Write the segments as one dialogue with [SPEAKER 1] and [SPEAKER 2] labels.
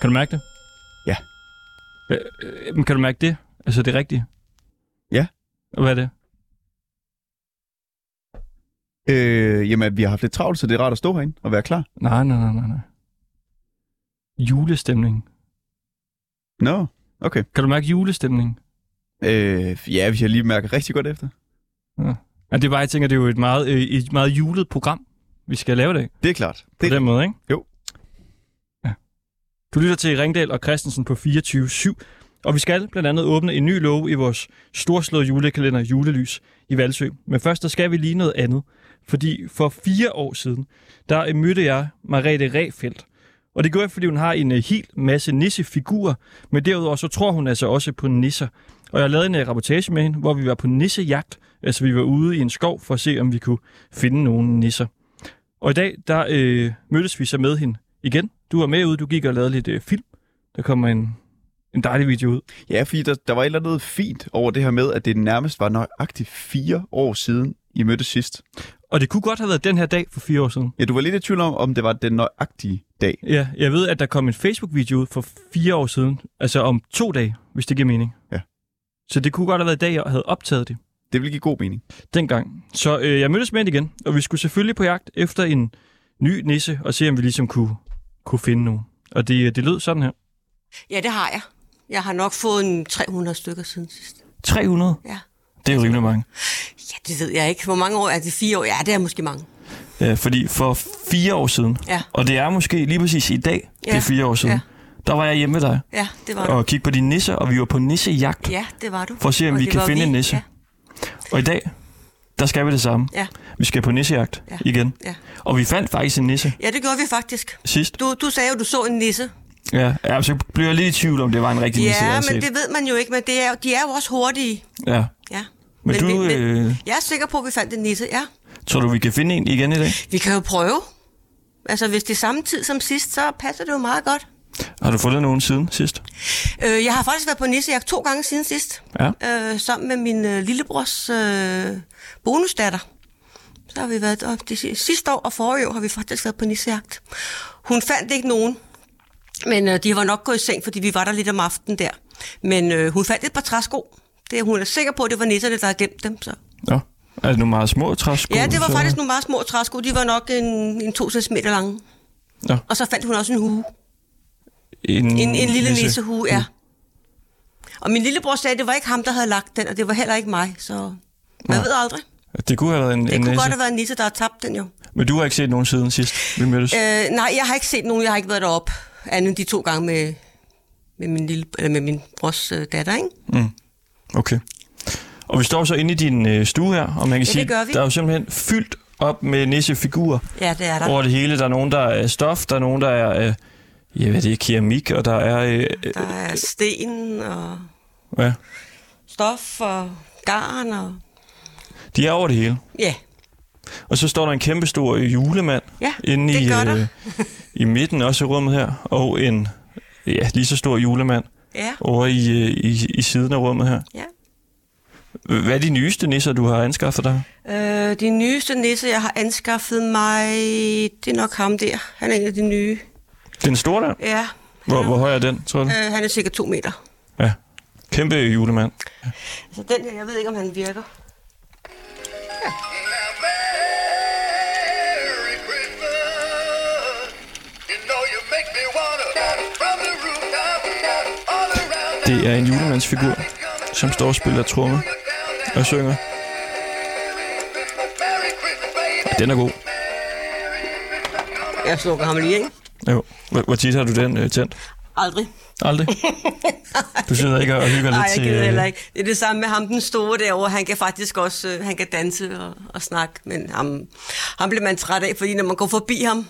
[SPEAKER 1] Kan du mærke det?
[SPEAKER 2] Ja.
[SPEAKER 1] Øh, øh, men kan du mærke det? Altså, det er rigtigt?
[SPEAKER 2] Ja.
[SPEAKER 1] Og hvad er det?
[SPEAKER 2] Øh, jamen, vi har haft lidt travlt, så det er rart at stå herinde og være klar.
[SPEAKER 1] Nej, nej, nej, nej, nej. Julestemning.
[SPEAKER 2] Nå, no. okay.
[SPEAKER 1] Kan du mærke julestemning?
[SPEAKER 2] Øh, ja, hvis jeg lige mærker rigtig godt efter.
[SPEAKER 1] Ja, det er bare, jeg tænker, det er jo et meget, øh, et meget julet program, vi skal lave i dag.
[SPEAKER 2] Det er klart.
[SPEAKER 1] På det...
[SPEAKER 2] Det,
[SPEAKER 1] den måde, ikke?
[SPEAKER 2] Jo.
[SPEAKER 1] Ja. Du lytter til Ringdal og Christensen på 24-7, og vi skal blandt andet åbne en ny låge i vores storslåede julekalender Julelys i Valsø. Men først, der skal vi lige noget andet. Fordi for fire år siden, der øh, mødte jeg Marete Refeldt. Og det gjorde jeg, fordi hun har en øh, hel masse nissefigurer, men derudover så tror hun altså også på nisser. Og jeg lavede en øh, reportage med hende, hvor vi var på nissejagt. Altså vi var ude i en skov for at se, om vi kunne finde nogle nisser. Og i dag, der øh, mødtes vi så med hende igen. Du var med ude, du gik og lavede lidt øh, film. Der kommer en, en dejlig video ud.
[SPEAKER 2] ja, fordi der, der var et eller andet fint over det her med, at det nærmest var nøjagtigt fire år siden, I mødtes sidst.
[SPEAKER 1] Og det kunne godt have været den her dag for fire år siden.
[SPEAKER 2] Ja, du var lidt i tvivl om, om det var den nøjagtige dag.
[SPEAKER 1] Ja, jeg ved, at der kom en Facebook-video ud for fire år siden. Altså om to dage, hvis det giver mening.
[SPEAKER 2] Ja.
[SPEAKER 1] Så det kunne godt have været i dag, jeg havde optaget det
[SPEAKER 2] Det ville give god mening.
[SPEAKER 1] dengang. Så øh, jeg mødtes med hende igen, og vi skulle selvfølgelig på jagt efter en ny nisse, og se, om vi ligesom kunne, kunne finde nogen. Og det, øh, det lød sådan her.
[SPEAKER 3] Ja, det har jeg. Jeg har nok fået en 300 stykker siden sidst.
[SPEAKER 1] 300.
[SPEAKER 3] Ja.
[SPEAKER 1] Det er jo rimelig mange.
[SPEAKER 3] ja, det ved jeg ikke. Hvor mange år er det? Fire år? Ja, det er måske mange.
[SPEAKER 1] Ja, Øh, fordi for fire år siden,
[SPEAKER 3] Ja.
[SPEAKER 1] og det er måske lige præcis i dag, ja. det
[SPEAKER 3] Ja.
[SPEAKER 1] er fire år siden, ja.
[SPEAKER 3] Ja.
[SPEAKER 1] der var jeg hjemme ved dig
[SPEAKER 3] Ja, det var du.
[SPEAKER 1] og kiggede på dine nisser, og vi var på nissejagt.
[SPEAKER 3] Ja, det var du.
[SPEAKER 1] For at se, om
[SPEAKER 3] Og
[SPEAKER 1] vi
[SPEAKER 3] det
[SPEAKER 1] kan
[SPEAKER 3] var
[SPEAKER 1] finde en nisse.
[SPEAKER 3] Ja,
[SPEAKER 1] Og i dag, der skal vi det samme.
[SPEAKER 3] ja,
[SPEAKER 1] Vi skal på nissejagt
[SPEAKER 3] Ja.
[SPEAKER 1] igen.
[SPEAKER 3] ja.
[SPEAKER 1] Og vi fandt faktisk en nisse
[SPEAKER 3] ja, det gjorde vi faktisk.
[SPEAKER 1] sidst.
[SPEAKER 3] Du, du sagde jo, du så en nisse.
[SPEAKER 1] Ja, ja så blev jeg lidt i tvivl om, det var en rigtig nisse, jeg
[SPEAKER 3] Ja,
[SPEAKER 1] havde set.
[SPEAKER 3] men det ved man jo ikke, men det er, jo- de er jo også hurtige.
[SPEAKER 1] Ja.
[SPEAKER 3] Ja.
[SPEAKER 1] Men, men du,
[SPEAKER 3] vi- men
[SPEAKER 1] øh,
[SPEAKER 3] jeg er sikker på, at vi fandt en nisse, ja.
[SPEAKER 1] tror du, vi kan finde en igen i dag?
[SPEAKER 3] Vi kan jo prøve. Altså, hvis det er samme tid som sidst, så passer det jo meget godt.
[SPEAKER 1] Har du fundet nogen siden sidst?
[SPEAKER 3] Øh, jeg har faktisk været på nissejagt to gange siden sidst.
[SPEAKER 1] Ja.
[SPEAKER 3] Øh, sammen med min øh, lillebrors øh, bonusdatter. Så har vi været op de si- sidste år og forrige år har vi faktisk været på nissejagt. Hun fandt ikke nogen, men øh, de var nok gået i seng, fordi vi var der lidt om aftenen der. Men øh, hun fandt et par træsko. Det, hun er sikker på, at det var nisserne, der havde gemt dem. Så.
[SPEAKER 1] Ja. Er det nogle meget små træsko?
[SPEAKER 3] Ja, det var
[SPEAKER 1] så-
[SPEAKER 3] faktisk nogle meget små træsko. De var nok en, en to centimeter lange.
[SPEAKER 1] Ja.
[SPEAKER 3] Og så fandt hun også en hue.
[SPEAKER 1] En,
[SPEAKER 3] En, en lille nissehue, ja. Og min lillebror sagde, at det var ikke ham, der havde lagt den, og det var heller ikke mig, så man
[SPEAKER 1] Nej.
[SPEAKER 3] ved aldrig.
[SPEAKER 1] Det kunne have været en,
[SPEAKER 3] Det
[SPEAKER 1] en
[SPEAKER 3] kunne
[SPEAKER 1] nisse.
[SPEAKER 3] godt have været en nisse, der har tabt den jo.
[SPEAKER 1] Men du har ikke set nogen siden sidst, vi mødtes?
[SPEAKER 3] Øh, nej, jeg har ikke set nogen, jeg har ikke været deroppe, andet end de to gange med, med, min, lille, eller med min brors øh, datter, ikke?
[SPEAKER 1] Okay. Og vi står så inde i din øh, stue her, og man kan
[SPEAKER 3] det
[SPEAKER 1] sige,
[SPEAKER 3] gør vi.
[SPEAKER 1] der er jo simpelthen fyldt op med nissefigurer
[SPEAKER 3] Ja, det er der.
[SPEAKER 1] over det hele. Der er nogen, der er af stof, der er nogen, der er, øh, jeg ved det ikke, keramik, og der er, øh, øh,
[SPEAKER 3] Der er sten og
[SPEAKER 1] ja,
[SPEAKER 3] stof og garn og...
[SPEAKER 1] de er over det hele.
[SPEAKER 3] Ja,
[SPEAKER 1] Og så står der en kæmpe stor julemand
[SPEAKER 3] Ja,
[SPEAKER 1] inde
[SPEAKER 3] det
[SPEAKER 1] i, øh,
[SPEAKER 3] gør der.
[SPEAKER 1] i midten også i rummet her, og en ja, lige så stor julemand
[SPEAKER 3] ja,
[SPEAKER 1] over i, øh, i, i siden af rummet her.
[SPEAKER 3] ja.
[SPEAKER 1] Hvad er de nyeste nisser, du har anskaffet dig?
[SPEAKER 3] Øh, de nyeste nisse, jeg har anskaffet mig, det er nok ham der. Han er en af de nye.
[SPEAKER 1] Den store der?
[SPEAKER 3] Ja, han
[SPEAKER 1] Hvor,
[SPEAKER 3] er-
[SPEAKER 1] hvor høj er den, tror du?
[SPEAKER 3] Øh, han er cirka to meter.
[SPEAKER 1] Ja. Kæmpe julemand.
[SPEAKER 3] Så den her, jeg ved ikke, om han virker.
[SPEAKER 4] Merry Christmas. You know you make me wanna from the rooftop all around.
[SPEAKER 1] Det er en julemandsfigur, som står og spiller trommer og synger.
[SPEAKER 4] Merry Christmas, baby.
[SPEAKER 1] Den er god.
[SPEAKER 3] Jeg slukker ham lige, ikke?
[SPEAKER 1] Jo. Hvor, hvor tit har du den øh, tændt?
[SPEAKER 3] Aldrig.
[SPEAKER 1] Aldrig. Du sidder ikke og hygger
[SPEAKER 3] Nej,
[SPEAKER 1] lidt
[SPEAKER 3] jeg
[SPEAKER 1] til...
[SPEAKER 3] gider
[SPEAKER 1] øh,
[SPEAKER 3] heller ikke. Det er det samme med ham, den store derovre. Han kan faktisk også øh, han kan danse og, og snakke, men ham, ham bliver man træt af, fordi når man går forbi ham,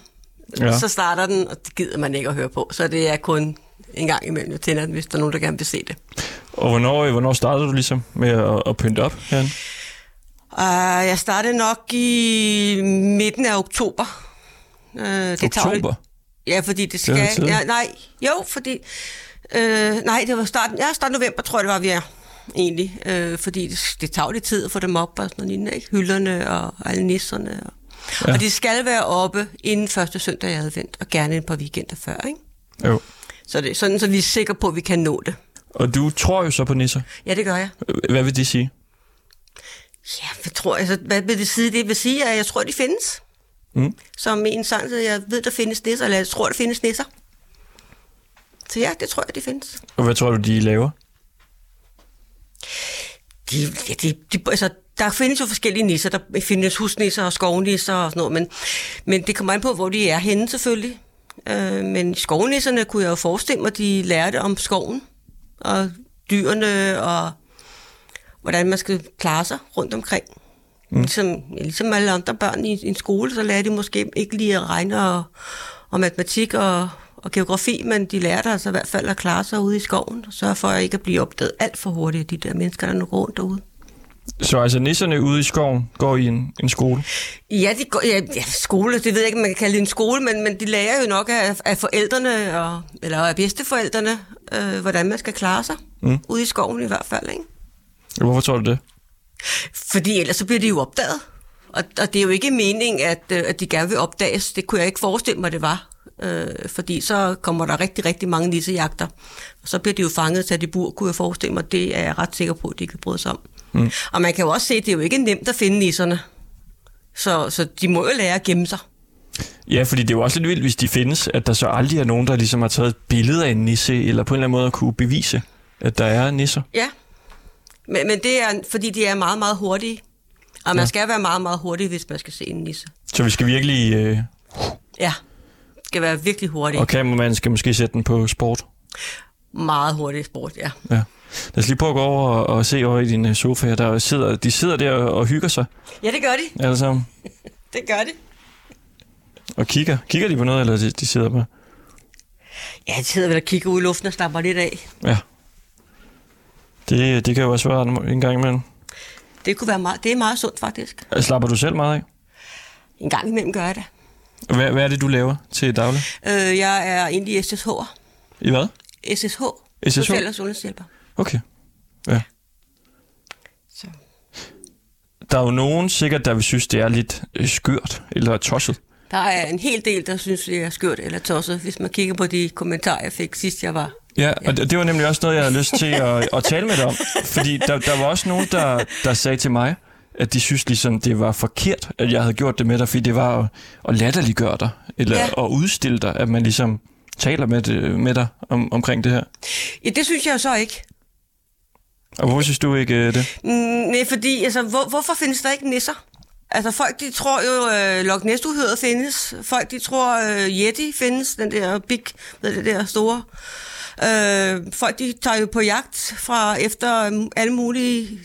[SPEAKER 1] Ja.
[SPEAKER 3] ja. så starter den, og det gider man ikke at høre på. Så det er kun en gang imellem, jeg tænder den, hvis der er nogen, der gerne vil se det.
[SPEAKER 1] Og hvornår, øh, hvornår startede du ligesom med at, at pynte op herinde?
[SPEAKER 3] Uh, jeg startede nok i midten af oktober. Uh, det Tager, jo
[SPEAKER 1] Oktober?
[SPEAKER 3] lidt- Ja, fordi det
[SPEAKER 1] er jo
[SPEAKER 3] skal...
[SPEAKER 1] tidligt.
[SPEAKER 3] ja, nej, jo, fordi... Øh, nej, det var starten... Ja, starten af november, tror jeg, det var, vi er egentlig. Øh, fordi det, det tager jo lidt tid at få dem op og sådan noget lignende, ikke? Hylderne og alle nisserne. Og, ja. og de skal være oppe inden første søndag i advent, og gerne et par weekender før, ikke?
[SPEAKER 1] Jo.
[SPEAKER 3] Så det er sådan, så vi er sikre på, at vi kan nå det.
[SPEAKER 1] Og du tror jo så på nisser.
[SPEAKER 3] Ja, det gør jeg.
[SPEAKER 1] Hvad vil det sige?
[SPEAKER 3] Ja, hvad tror jeg? Altså, hvad vil det sige? Det vil sige, at jeg tror, de findes.
[SPEAKER 1] Mm.
[SPEAKER 3] Som en sang, så jeg ved, der findes nisser, eller jeg tror, der findes nisser. Så ja, det tror jeg, de findes.
[SPEAKER 1] Og hvad tror du, de laver?
[SPEAKER 3] De, ja, de, de, altså, der findes jo forskellige nisser. Der findes husnisser og skovnisser og sådan noget, men, men det kommer an på, hvor de er henne selvfølgelig. Øh, men skovnisserne kunne jeg jo forestille mig, de lærte om skoven og dyrene og hvordan man skal klare sig rundt omkring. Mm. Ligesom, ja, ligesom alle andre børn i en skole, så lærer de måske ikke lige at regne og, og matematik og, og geografi, men de lærer der altså i hvert fald at klare sig ude i skoven og sørge for at ikke at blive opdaget alt for hurtigt af de der mennesker, der nu går rundt derude.
[SPEAKER 1] Så altså nisserne ude i skoven går i en, en skole.
[SPEAKER 3] Ja, de går, ja, ja, skole, det ved jeg ikke, om man kan kalde det en skole, men, men de lærer jo nok af, af forældrene, og, eller af bedsteforældrene, øh, hvordan man skal klare sig. Mm. Ude i skoven i hvert fald, ikke?
[SPEAKER 1] Hvorfor tror du det?
[SPEAKER 3] Fordi ellers så bliver de jo opdaget. Og, og det er jo ikke meningen, at, øh, at de gerne vil opdages. Det kunne jeg ikke forestille mig, det var. Øh, fordi så kommer der rigtig, rigtig mange nissejagter. Og så bliver de jo fanget sat i bur, kunne jeg forestille mig. Det er jeg ret sikker på, at de kan bryde sig om. Mm. Og man kan jo også se, at det er jo ikke nemt at finde nisserne. Så, så de må jo lære at gemme sig.
[SPEAKER 1] Ja, fordi det er jo også lidt vildt, hvis de findes, at der så aldrig er nogen, der ligesom har taget et billede af en nisse, eller på en eller anden måde at kunne bevise, at der er nisser.
[SPEAKER 3] Ja, men, men det er, fordi de er meget, meget hurtige. Og man ja. skal være meget, meget hurtig, hvis man skal se en nisse.
[SPEAKER 1] Så vi skal virkelig... Øh,
[SPEAKER 3] Ja, skal være virkelig hurtig.
[SPEAKER 1] og
[SPEAKER 3] Okay.
[SPEAKER 1] kameramanden skal måske sætte den på sport.
[SPEAKER 3] Meget hurtig sport, ja.
[SPEAKER 1] Ja. Lad os lige prøve at gå over og, og se over i din øh, sofa. Der sidder, de sidder der og, og hygger sig
[SPEAKER 3] Ja, det gør de.
[SPEAKER 1] alle sammen.
[SPEAKER 3] Det gør de.
[SPEAKER 1] Og kigger. Kigger de på noget, eller de, de sidder bare?
[SPEAKER 3] Ja, de sidder vel og kigger ud i luften og slapper lidt af.
[SPEAKER 1] Ja. Det, det kan jo også være en- en gang imellem.
[SPEAKER 3] Det kunne være meget, det er meget sundt faktisk.
[SPEAKER 1] Slapper du selv meget af?
[SPEAKER 3] En gang imellem gør jeg det.
[SPEAKER 1] Hvad, hvad er det, du laver til daglig?
[SPEAKER 3] Øh, jeg er egentlig SSH'er.
[SPEAKER 1] I hvad?
[SPEAKER 3] SSH.
[SPEAKER 1] SSH?
[SPEAKER 3] Social- og sundhedshjælper.
[SPEAKER 1] Okay. Ja.
[SPEAKER 3] Så.
[SPEAKER 1] Der er jo nogen sikkert, der vil synes, det er lidt øh, skørt eller tosset.
[SPEAKER 3] Der er en hel del, der synes, det er skørt eller tosset, hvis man kigger på de kommentarer, jeg fik sidst, jeg var.
[SPEAKER 1] Ja, og det, det var nemlig også noget, jeg havde lyst til at, at tale med dig om. Fordi der, der var også nogen, der, der sagde til mig, at de synes ligesom, det var forkert, at jeg havde gjort det med dig, fordi det var at, at latterliggøre dig, eller ja.
[SPEAKER 3] Ja.
[SPEAKER 1] at udstille dig, at man ligesom taler med, det, med dig om, omkring det her.
[SPEAKER 3] Ja, det synes jeg jo så ikke.
[SPEAKER 1] Og hvorfor synes du ikke øh, det?
[SPEAKER 3] Mm, nej, fordi, altså, hvor, hvorfor findes der ikke nisser? Altså, folk, de tror jo, øh, Loch ness findes. Folk, de tror, øh, Yeti findes, den der big, ved det der store. Øh, folk, de tager jo på jagt fra efter øh, alle mulige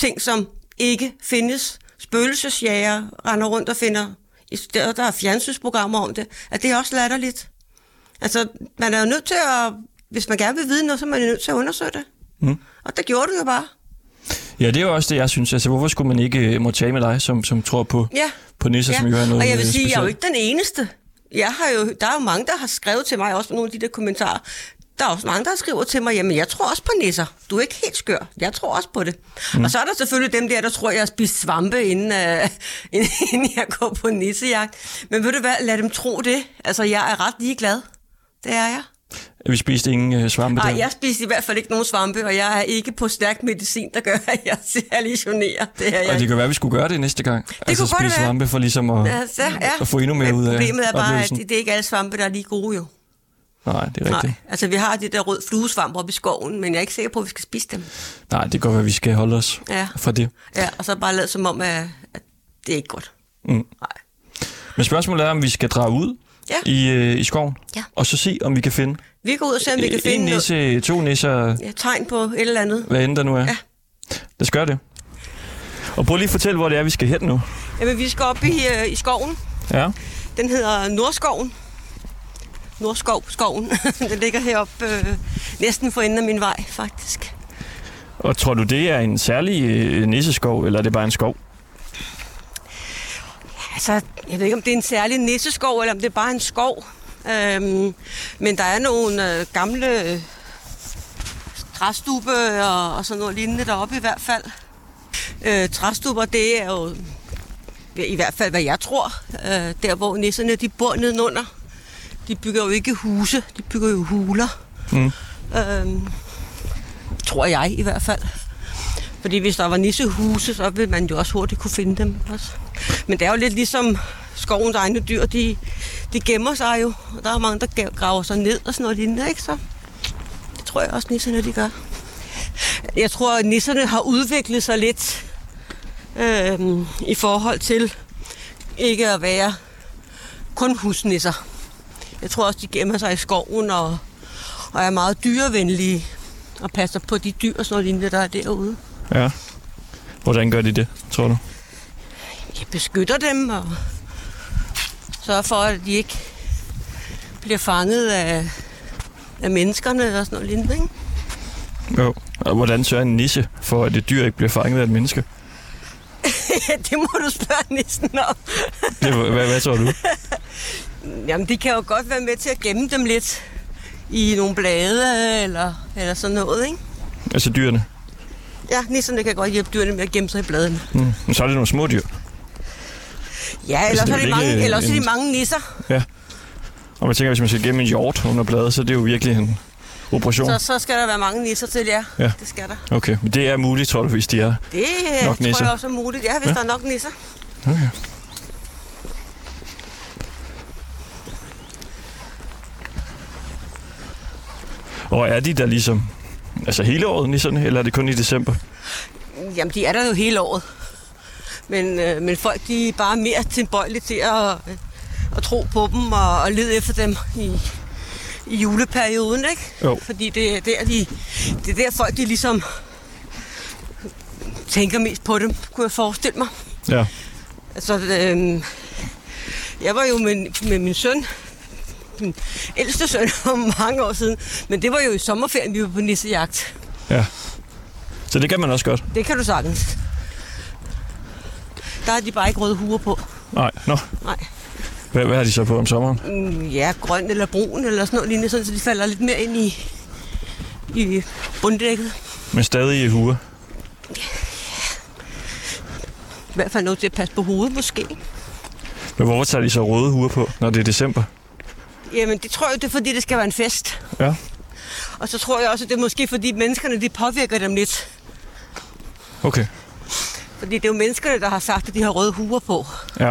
[SPEAKER 3] ting, som ikke findes. Spøgelsesjæger render rundt og finder, i stedet der er fjernsynsprogrammer om det, at det er også latterligt. Altså, man er jo nødt til at, hvis man gerne vil vide noget, så er man jo nødt til at undersøge det. Mm. Og det gjorde du jo bare.
[SPEAKER 1] Ja, det er jo også det, jeg synes. Altså, hvorfor skulle man ikke øh, må tale med dig, som, som tror på,
[SPEAKER 3] Ja.
[SPEAKER 1] på nisser, som jo er noget
[SPEAKER 3] og jeg vil
[SPEAKER 1] øh,
[SPEAKER 3] sige, jeg er jo
[SPEAKER 1] specielt?
[SPEAKER 3] ikke den eneste. Jeg har jo, der er jo mange, der har skrevet til mig, også på nogle af de der kommentarer. Der er også mange, der skriver til mig, jamen jeg tror også på nisser. Du er ikke helt skør. Jeg tror også på det. Mm. Og så er der selvfølgelig dem der, der tror, jeg har spist svampe, inden, øh, inden jeg går på nissejagt. Men ved du hvad, lad dem tro det. Altså, jeg er ret ligeglad. Det er jeg.
[SPEAKER 1] Vi spiste ingen øh, svampe
[SPEAKER 3] Nej,
[SPEAKER 1] der.
[SPEAKER 3] jeg spiste i hvert fald ikke nogen svampe, og jeg er ikke på stærk medicin, der gør, at jeg særlig jonerer. Det er jeg
[SPEAKER 1] Og det kan være, at vi skulle gøre det næste gang. Det altså
[SPEAKER 3] kunne godt
[SPEAKER 1] spise
[SPEAKER 3] være.
[SPEAKER 1] svampe for ligesom at,
[SPEAKER 3] Altså, ja.
[SPEAKER 1] at få endnu mere
[SPEAKER 3] Men
[SPEAKER 1] ud af
[SPEAKER 3] Problemet er bare, at
[SPEAKER 1] oplevelsen.
[SPEAKER 3] det er ikke alle svampe, der er lige gode jo.
[SPEAKER 1] Nej, det er rigtigt.
[SPEAKER 3] Nej, altså vi har det der rød fluesvamp oppe i skoven, men jeg er ikke sikker på, at vi skal spise dem.
[SPEAKER 1] Nej, det kan godt være, at vi skal holde os
[SPEAKER 3] Ja.
[SPEAKER 1] fra det.
[SPEAKER 3] Ja, og så bare lade som om, at, at det er ikke godt.
[SPEAKER 1] Mm.
[SPEAKER 3] Nej.
[SPEAKER 1] Men spørgsmålet er, om vi skal drage ud
[SPEAKER 3] Ja.
[SPEAKER 1] i, øh, i skoven,
[SPEAKER 3] Ja.
[SPEAKER 1] og så se, om vi kan finde,
[SPEAKER 3] Vi går ud og ser, om vi kan
[SPEAKER 1] en
[SPEAKER 3] finde noget,
[SPEAKER 1] nisse, to nisser,
[SPEAKER 3] ja, tegn på et eller andet.
[SPEAKER 1] hvad end der nu er.
[SPEAKER 3] Ja.
[SPEAKER 1] Lad os gøre det. Og prøv lige at fortælle, hvor det er, vi skal hen nu.
[SPEAKER 3] Jamen, vi skal op i, øh, i skoven.
[SPEAKER 1] Ja.
[SPEAKER 3] Den hedder Nordskoven. Nordskov, skoven. den ligger heroppe øh, næsten for enden af min vej, faktisk.
[SPEAKER 1] Og tror du, det er en særlig øh, nisseskov, eller er det bare en skov?
[SPEAKER 3] Altså, jeg ved ikke, om det er en særlig nisseskov, eller om det er bare en skov. Øhm, men der er nogle øh, gamle øh, træstube og, og sådan noget lignende deroppe i hvert fald. Øh, træstuber, det er jo i hvert fald, hvad jeg tror, øh, der hvor nisserne de bor nedenunder. de bygger jo ikke huse, de bygger jo huler.
[SPEAKER 1] Mm.
[SPEAKER 3] Øhm, tror jeg i hvert fald. Fordi hvis der var nissehuse, så ville man jo også hurtigt kunne finde dem også. Men det er jo lidt ligesom skovens egne dyr, de, de gemmer sig jo. Og der er mange, der gav- graver sig ned og sådan noget lignende, ikke så? Det tror jeg også, nisserne de gør. Jeg tror, at nisserne har udviklet sig lidt øhm, i forhold til ikke at være kun husnisser. Jeg tror også, de gemmer sig i skoven og, og er meget dyrevenlige og passer på de dyr og sådan noget lignende, der er derude.
[SPEAKER 1] Ja. Hvordan gør de det, tror du?
[SPEAKER 3] Jeg beskytter dem og sørger for, at de ikke bliver fanget af, af menneskerne og sådan noget lignende. Ikke?
[SPEAKER 1] Jo. Og hvordan sørger en nisse for, at et dyr ikke bliver fanget af et menneske?
[SPEAKER 3] Ja, det må du spørge næsten om.
[SPEAKER 1] Det, hvad, hvad tror du?
[SPEAKER 3] Jamen, de kan jo godt være med til at gemme dem lidt i nogle blade eller, eller sådan noget, ikke?
[SPEAKER 1] Altså dyrene.
[SPEAKER 3] Ja, nisserne kan godt hjælpe dyrene med at gemme sig i bladene.
[SPEAKER 1] Mm. Men så er det nogle små dyr.
[SPEAKER 3] Ja, ellers
[SPEAKER 1] det
[SPEAKER 3] er
[SPEAKER 1] er
[SPEAKER 3] de
[SPEAKER 1] vel
[SPEAKER 3] mange,
[SPEAKER 1] ikke
[SPEAKER 3] ellers er
[SPEAKER 1] en-
[SPEAKER 3] de mange nisser.
[SPEAKER 1] Og man tænker, hvis man skal gemme en hjort under bladet, så er det jo virkelig en operation.
[SPEAKER 3] Så, så skal der være mange nisser til, ja.
[SPEAKER 1] Ja.
[SPEAKER 3] ja. Det skal der.
[SPEAKER 1] Okay, men det er muligt, tror du, hvis de er.
[SPEAKER 3] Det øh,
[SPEAKER 1] Nok
[SPEAKER 3] tror
[SPEAKER 1] nisser.
[SPEAKER 3] jeg også er muligt. Ja, hvis
[SPEAKER 1] Ja.
[SPEAKER 3] ja. der er nok nisser.
[SPEAKER 1] Okay. Og er de der ligesom altså hele året nisserne, eller er det kun i december?
[SPEAKER 3] Jamen, de er der jo hele året. Men, øh, men folk, de er bare mere tilbøjelige til at, øh, at tro på dem og, og lede efter dem i, i juleperioden, ikke?
[SPEAKER 1] Jo.
[SPEAKER 3] Fordi det er der, de, det er der folk, de ligesom tænker mest på dem, kunne jeg forestille mig.
[SPEAKER 1] Ja.
[SPEAKER 3] Altså, øh, jeg var jo med, med min søn, min ældste søn, for mange år siden. Men det var jo i sommerferien, vi var på nissejagt.
[SPEAKER 1] ja. Så det kan man også godt.
[SPEAKER 3] Det kan du sagtens. Der har de bare ikke røde huer på.
[SPEAKER 1] Nej, nå.
[SPEAKER 3] Nej.
[SPEAKER 1] Hvad, hvad har de så på om sommeren?
[SPEAKER 3] Mm, Ja, grøn eller brun eller sådan noget lignende, sådan, så de falder lidt mere ind i, i bunddækket.
[SPEAKER 1] Men stadig i huer.
[SPEAKER 3] I hvert fald noget til at passe på hovedet måske.
[SPEAKER 1] Men hvorfor tager de så røde huer på, når det er december?
[SPEAKER 3] Jamen, det tror jeg, det er fordi, det skal være en fest.
[SPEAKER 1] Ja.
[SPEAKER 3] Og så tror jeg også, at det er måske fordi menneskerne, de påvirker dem lidt.
[SPEAKER 1] Okay.
[SPEAKER 3] Fordi det er jo menneskerne, der har sagt, at de har røde huer på.
[SPEAKER 1] Ja.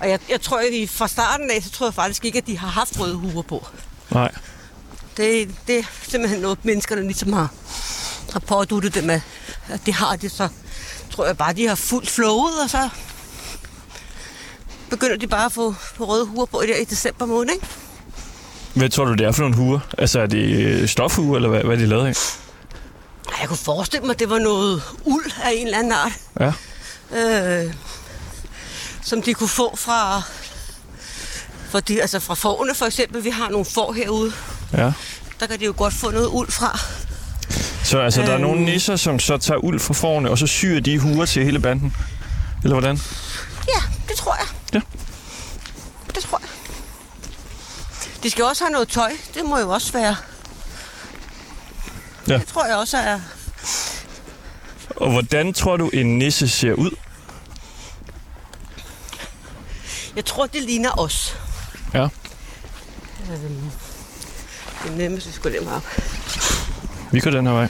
[SPEAKER 3] Og jeg, jeg tror, at vi fra starten af, så tror jeg faktisk ikke, at de har haft røde huer på.
[SPEAKER 1] Nej.
[SPEAKER 3] Det, det er simpelthen noget, menneskerne ligesom har, har påduttet dem af. At det har de, så tror jeg bare, de har fuldt flowet, og så begynder de bare at få, få røde huer på der i december måned, ikke?
[SPEAKER 1] Hvad tror du, det er for nogle huer? Altså, er det øh, stofhuer, eller hvad, hvad er de lavet af?
[SPEAKER 3] Ej, Jeg kunne forestille mig, at det var noget uld af en eller anden art,
[SPEAKER 1] Ja.
[SPEAKER 3] øh, som de kunne få fra, fra, de, altså fra forne for eksempel. Vi har nogle får herude,
[SPEAKER 1] Ja.
[SPEAKER 3] der kan de jo godt få noget uld fra.
[SPEAKER 1] Så altså, der er
[SPEAKER 3] Øh.
[SPEAKER 1] nogle nisser, som så tager uld fra forne, og så syr de huer til hele banden? Eller hvordan?
[SPEAKER 3] Ja, det tror jeg.
[SPEAKER 1] Ja.
[SPEAKER 3] Det tror jeg. De skal også have noget tøj. Det må jo også være.
[SPEAKER 1] Ja.
[SPEAKER 3] Det tror jeg også er...
[SPEAKER 1] Og hvordan tror du, en nisse ser ud?
[SPEAKER 3] Jeg tror, det ligner os.
[SPEAKER 1] Ja.
[SPEAKER 3] Øhm, Det er nemmest, vi skulle dem op.
[SPEAKER 1] Vi går den her vej.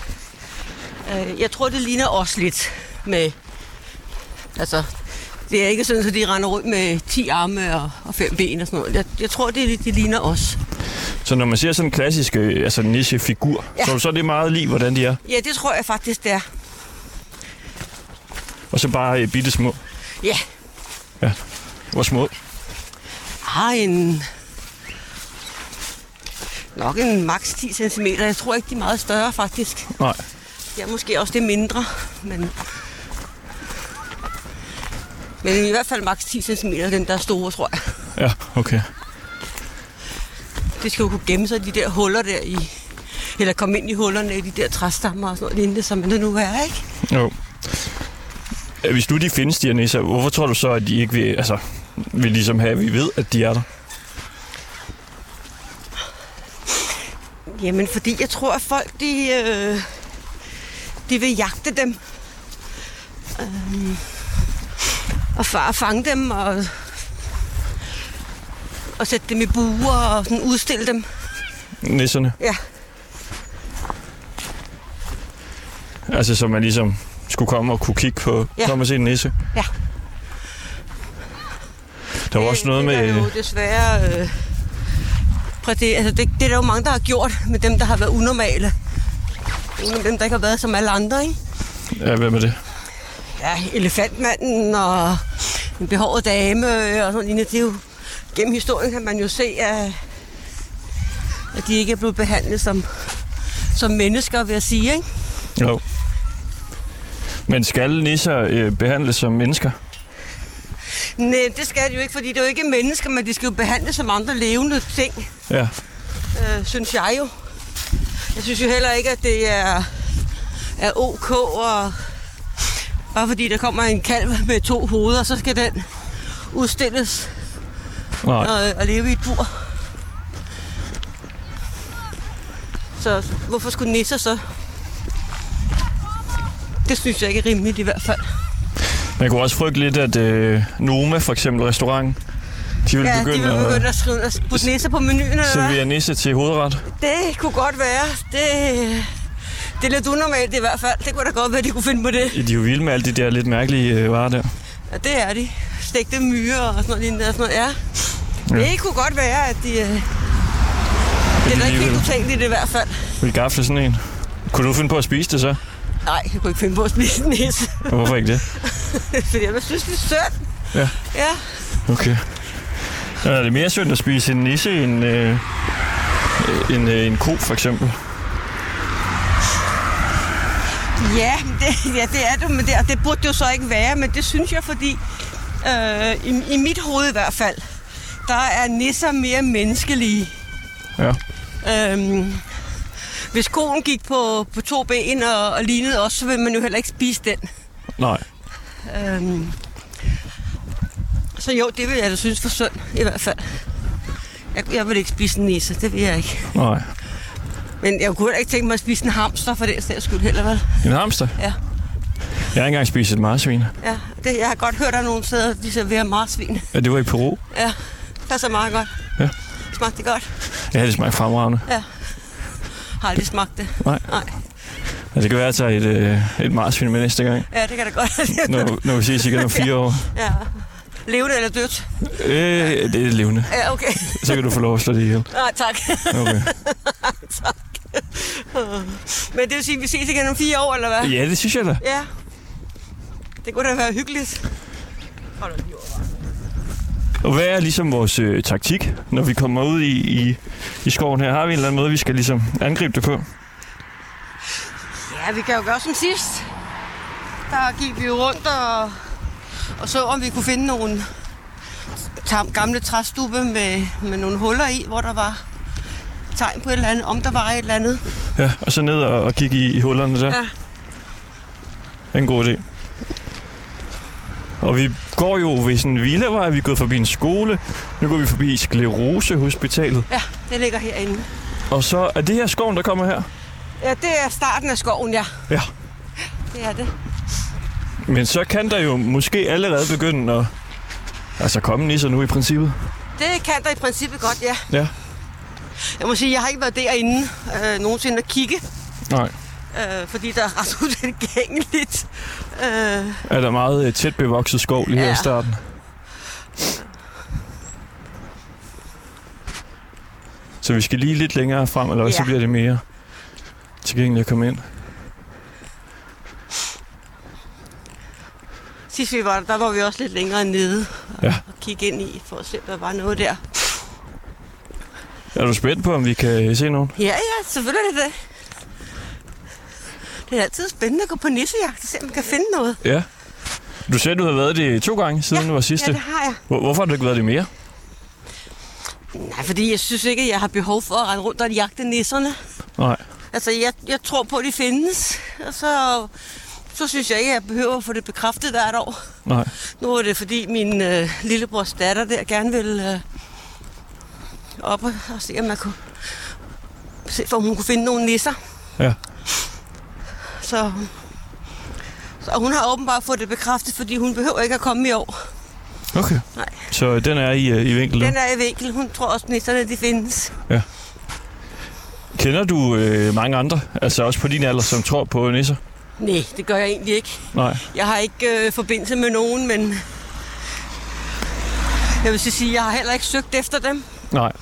[SPEAKER 3] Øh, Jeg tror, det ligner os lidt med... Altså, det er ikke sådan, at de render rundt med 10 arme og, og 5 ben og sådan noget. Jeg, jeg tror, det, de ligner os.
[SPEAKER 1] Så når man ser sådan en klassisk øh, altså nissefigur, ja.
[SPEAKER 3] Ja.
[SPEAKER 1] så, så er det meget lige, hvordan de er.
[SPEAKER 3] Ja, det tror jeg faktisk, det er.
[SPEAKER 1] Og så bare øh, bitte små.
[SPEAKER 3] Ja,
[SPEAKER 1] Hvor små?
[SPEAKER 3] har en... Nok en maks 10 cm. Jeg tror ikke, de er meget større, faktisk.
[SPEAKER 1] Nej.
[SPEAKER 3] Jeg er måske også det mindre, men... Men i hvert fald maks 10 cm, den der er store, tror jeg.
[SPEAKER 1] Ja, okay.
[SPEAKER 3] Det skal jo kunne gemme sig i de der huller der i... Eller komme ind i hullerne i de der træstammer og sådan noget lignende, som det nu er, ikke?
[SPEAKER 1] Jo. Øh, Hvis nu de findes, de her nisser, hvorfor tror du så, at de ikke vil, altså, vil ligesom have, at vi ved, at de er der?
[SPEAKER 3] Jamen, fordi jeg tror, at folk, de, øh, de vil jagte dem. Øhm, Øh, og far fange dem, og, og sætte dem i buer og sådan udstille dem.
[SPEAKER 1] nisserne.
[SPEAKER 3] Ja.
[SPEAKER 1] Altså, så man ligesom skulle komme og kunne kigge på, ja.
[SPEAKER 3] Ja.
[SPEAKER 1] komme og se en nisse.
[SPEAKER 3] Ja.
[SPEAKER 1] Der var også noget
[SPEAKER 3] det, Det er
[SPEAKER 1] med...
[SPEAKER 3] jo desværre... Øh, præ- det, altså det, det er der jo mange, der har gjort med dem, der har været unormale. Med dem, der ikke har været som alle andre, ikke?
[SPEAKER 1] Ja, hvad med det?
[SPEAKER 3] Ja, elefantmanden og en behåret dame og sådan lignende. Det er jo, gennem historien kan man jo se, at, at de ikke er blevet behandlet som, som mennesker, vil jeg sige, ikke?
[SPEAKER 1] Jo. Men skal nisser øh, behandles som mennesker?
[SPEAKER 3] Nej, det skal de jo ikke, fordi det er jo ikke mennesker, men de skal jo behandles som andre levende ting.
[SPEAKER 1] Ja.
[SPEAKER 3] øh, synes jeg jo. Jeg synes jo heller ikke, at det er, er ok, og bare fordi der kommer en kalv med to hoveder, så skal den udstilles
[SPEAKER 1] Nej.
[SPEAKER 3] og, og leve i et bur. Så hvorfor skulle nisser så? Det synes jeg ikke er rimeligt i hvert fald.
[SPEAKER 1] Man kunne også frygte lidt, at øh, Noma, for eksempel restaurant, de ville
[SPEAKER 3] Ja, de
[SPEAKER 1] begynde
[SPEAKER 3] vil
[SPEAKER 1] at
[SPEAKER 3] begynde at, skrive, at putte nisser på menuen, eller hvad?
[SPEAKER 1] servere nisse til hovedret.
[SPEAKER 3] Det kunne godt være. Det, det er lidt unormalt i hvert fald. Det kunne da godt være, at de kunne finde på det.
[SPEAKER 1] De er jo vilde med alle de der lidt mærkelige øh, varer der.
[SPEAKER 3] Ja, det er de. Stegte myrer og sådan noget. lignende og Sådan noget. Ja.
[SPEAKER 1] Ja.
[SPEAKER 3] ja. Det kunne godt være, at de... Øh... Det er
[SPEAKER 1] de
[SPEAKER 3] da ikke
[SPEAKER 1] lige
[SPEAKER 3] helt
[SPEAKER 1] vil-
[SPEAKER 3] utænkeligt i hvert fald.
[SPEAKER 1] Vil gafle sådan en. Kunne du finde på at spise det så?
[SPEAKER 3] Nej, jeg kunne ikke finde på at spise en næse.
[SPEAKER 1] Og Hvorfor ikke det?
[SPEAKER 3] Fordi jeg synes, det er sødt.
[SPEAKER 1] Ja.
[SPEAKER 3] Ja.
[SPEAKER 1] Okay. Er det mere synd at spise en nisse end øh, en, øh, en ko, for eksempel?
[SPEAKER 3] Ja, men det, ja, det er det, men det, og det burde det jo så ikke være, men det synes jeg, fordi øh, i, i mit hoved i hvert fald, der er nisser mere menneskelige.
[SPEAKER 1] Ja.
[SPEAKER 3] Øhm, hvis koen gik på, på to ben og, og lignede os, så ville man jo heller ikke spise den.
[SPEAKER 1] Nej.
[SPEAKER 3] Øhm, så jo, det vil jeg da synes for synd, i hvert fald. Jeg, jeg vil ikke spise en nisse, det vil jeg ikke.
[SPEAKER 1] Nej.
[SPEAKER 3] Men jeg kunne heller ikke tænke mig at spise en hamster for den sags skyld heller, vel?
[SPEAKER 1] En hamster?
[SPEAKER 3] Ja.
[SPEAKER 1] Jeg har ikke engang spist et marsvin.
[SPEAKER 3] ja det, jeg har godt hørt, at nogle steder, de serverer marsvin.
[SPEAKER 1] Ja, det var i Peru.
[SPEAKER 3] Ja, det er så meget godt.
[SPEAKER 1] Ja.
[SPEAKER 3] Smagte det godt?
[SPEAKER 1] Ja, det smagte fremragende.
[SPEAKER 3] Ja. Har aldrig smagt det.
[SPEAKER 1] Nej.
[SPEAKER 3] Nej.
[SPEAKER 1] Ja, Altså, det kan være, at jeg tager et, øh, et marsvin med næste gang,
[SPEAKER 3] Ja, det kan da godt.
[SPEAKER 1] når, når vi ses igen om fire år.
[SPEAKER 3] ja. Levende eller dødt?
[SPEAKER 1] Øh, det er levende.
[SPEAKER 3] Ja, okay.
[SPEAKER 1] Så kan du få lov at slå det ihjel.
[SPEAKER 3] Nej, tak.
[SPEAKER 1] Okay.
[SPEAKER 3] Men det vil sige, at vi ses igen om fire år, eller hvad?
[SPEAKER 1] Ja, det synes jeg da.
[SPEAKER 3] Ja. Det kunne da være hyggeligt. Hold da lige over.
[SPEAKER 1] Og hvad er ligesom vores øh, taktik, når vi kommer ud i, i, i skoven her? Har vi en eller anden måde, vi skal ligesom angribe det på?
[SPEAKER 3] Ja, vi kan jo gøre som sidst. Der gik vi jo rundt og, og så, om vi kunne finde nogle tam, gamle træstube med, med nogle huller i, hvor der var tegn på et eller andet, om der var et eller andet.
[SPEAKER 1] Ja, og så ned og, og kigge i, i hullerne der.
[SPEAKER 3] Ja.
[SPEAKER 1] Det er en god idé. Og vi går jo ved sådan en villavej, vi er gået forbi en skole, nu går vi forbi Sklerosehospitalet.
[SPEAKER 3] Ja, det ligger herinde.
[SPEAKER 1] Og så er det her skoven, der kommer her.
[SPEAKER 3] Ja, det er starten af skoven, ja.
[SPEAKER 1] Ja.
[SPEAKER 3] Det er det.
[SPEAKER 1] Men så kan der jo måske allerede begynde at... Altså komme nisser nu i princippet.
[SPEAKER 3] Det kan der i princippet godt, ja.
[SPEAKER 1] Ja.
[SPEAKER 3] Jeg må sige, jeg har ikke været derinde øh, nogensinde at kigge,
[SPEAKER 1] Nej.
[SPEAKER 3] øh, fordi der er ret utilgængeligt. Øh,
[SPEAKER 1] Er der meget øh, tæt bevokset skov lige her
[SPEAKER 3] Ja.
[SPEAKER 1] i starten? Så vi skal lige lidt længere frem, eller ja. så
[SPEAKER 3] Ja.
[SPEAKER 1] bliver det mere tilgængeligt at komme ind.
[SPEAKER 3] Sidst vi var der, der var vi også lidt længere nede og,
[SPEAKER 1] Ja.
[SPEAKER 3] og kigge ind i, for at se, om der var noget der.
[SPEAKER 1] Er du spændt på, om vi kan øh, se nogen?
[SPEAKER 3] Ja, ja, selvfølgelig er det det. Det er altid spændende at gå på nissejagt og se, om man kan finde noget.
[SPEAKER 1] Ja. Du sagde, du havde været det to gange, siden
[SPEAKER 3] Ja,
[SPEAKER 1] du var sidste.
[SPEAKER 3] Ja, det har jeg.
[SPEAKER 1] Hvor- Hvorfor har du ikke været det mere?
[SPEAKER 3] Nej, fordi jeg synes ikke, at jeg har behov for at rende rundt og jagte nisserne.
[SPEAKER 1] Nej.
[SPEAKER 3] Altså, jeg, jeg tror på, at de findes, og så, så synes jeg ikke, at jeg behøver at få det bekræftet hvert år.
[SPEAKER 1] Nej.
[SPEAKER 3] Nu er det, fordi min øh, lillebrors datter der gerne vil øh, op og, og se, om man kunne se, om hun kunne finde nogle nisser.
[SPEAKER 1] Ja.
[SPEAKER 3] Så, så og hun har åbenbart fået det bekræftet, fordi hun behøver ikke at komme i år.
[SPEAKER 1] Okay.
[SPEAKER 3] Nej.
[SPEAKER 1] Så øh, den er i, øh, i vinkel nu.
[SPEAKER 3] Den er i vinkel. Hun tror også, nisserne de findes.
[SPEAKER 1] Kender du øh, mange andre, altså også på din alder, som tror på nisser?
[SPEAKER 3] Nej, det gør jeg egentlig ikke.
[SPEAKER 1] Nej.
[SPEAKER 3] Jeg har ikke øh, forbindelse med nogen, men... Jeg vil så sige, jeg har heller ikke søgt efter dem.
[SPEAKER 1] Nej.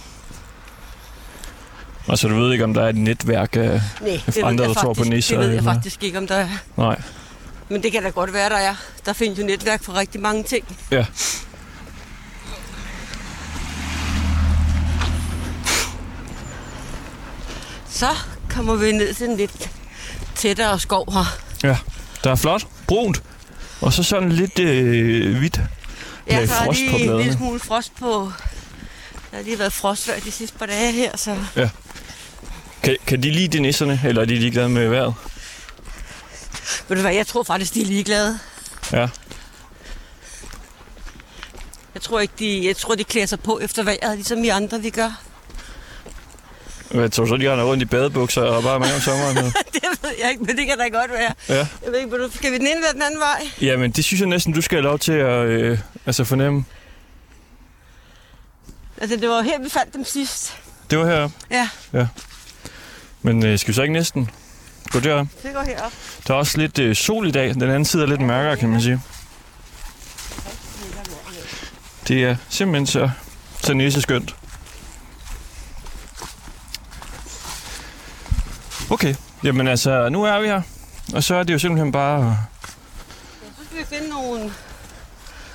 [SPEAKER 1] Og så du ved ikke, om der er et netværk øh, af...
[SPEAKER 3] Nej,
[SPEAKER 1] Andre, der tror på nisser,
[SPEAKER 3] Det ved jeg
[SPEAKER 1] eller-
[SPEAKER 3] faktisk ikke, om der er.
[SPEAKER 1] Nej.
[SPEAKER 3] Men det kan da godt være, der er. Der findes jo netværk for rigtig mange ting.
[SPEAKER 1] Ja.
[SPEAKER 3] Så kommer vi ned til en lidt tættere skov her.
[SPEAKER 1] ja. Der er flot, brunt, og så sådan lidt øh, hvidt. Med
[SPEAKER 3] der er
[SPEAKER 1] frost på
[SPEAKER 3] lige en
[SPEAKER 1] bladene.
[SPEAKER 3] lille smule frost på... Der har lige været frostvær de sidste par dage her, så...
[SPEAKER 1] Kan, kan de lide de nisserne, eller er de ligeglade med vejret?
[SPEAKER 3] Ved du hvad, jeg tror faktisk, de er ligeglade.
[SPEAKER 1] Ja.
[SPEAKER 3] Jeg tror, ikke, de, jeg tror, de klæder sig på efter vejret, ligesom vi andre, vi gør.
[SPEAKER 1] Jeg tror så, de render rundt i badebukser og bare med om sommeren. og-
[SPEAKER 3] det ved jeg ikke, men det kan da godt være.
[SPEAKER 1] Ja.
[SPEAKER 3] Jeg ved ikke, men nu skal vi den ene eller den anden vej?
[SPEAKER 1] Jamen, det synes jeg næsten, du skal have lov til at øh, altså fornemme.
[SPEAKER 3] Altså, det var jo her, vi fandt dem sidst.
[SPEAKER 1] Det var her.
[SPEAKER 3] Ja,
[SPEAKER 1] Men øh, skal vi så ikke næsten gå derop?
[SPEAKER 3] det går herop.
[SPEAKER 1] Der er også lidt øh, sol i dag. Den anden side er lidt mørkere, kan man sige. Det er simpelthen så, så næseskønt. Okay, jamen altså, nu er vi her. Og så er det jo simpelthen bare...
[SPEAKER 3] Så skal vi finde nogle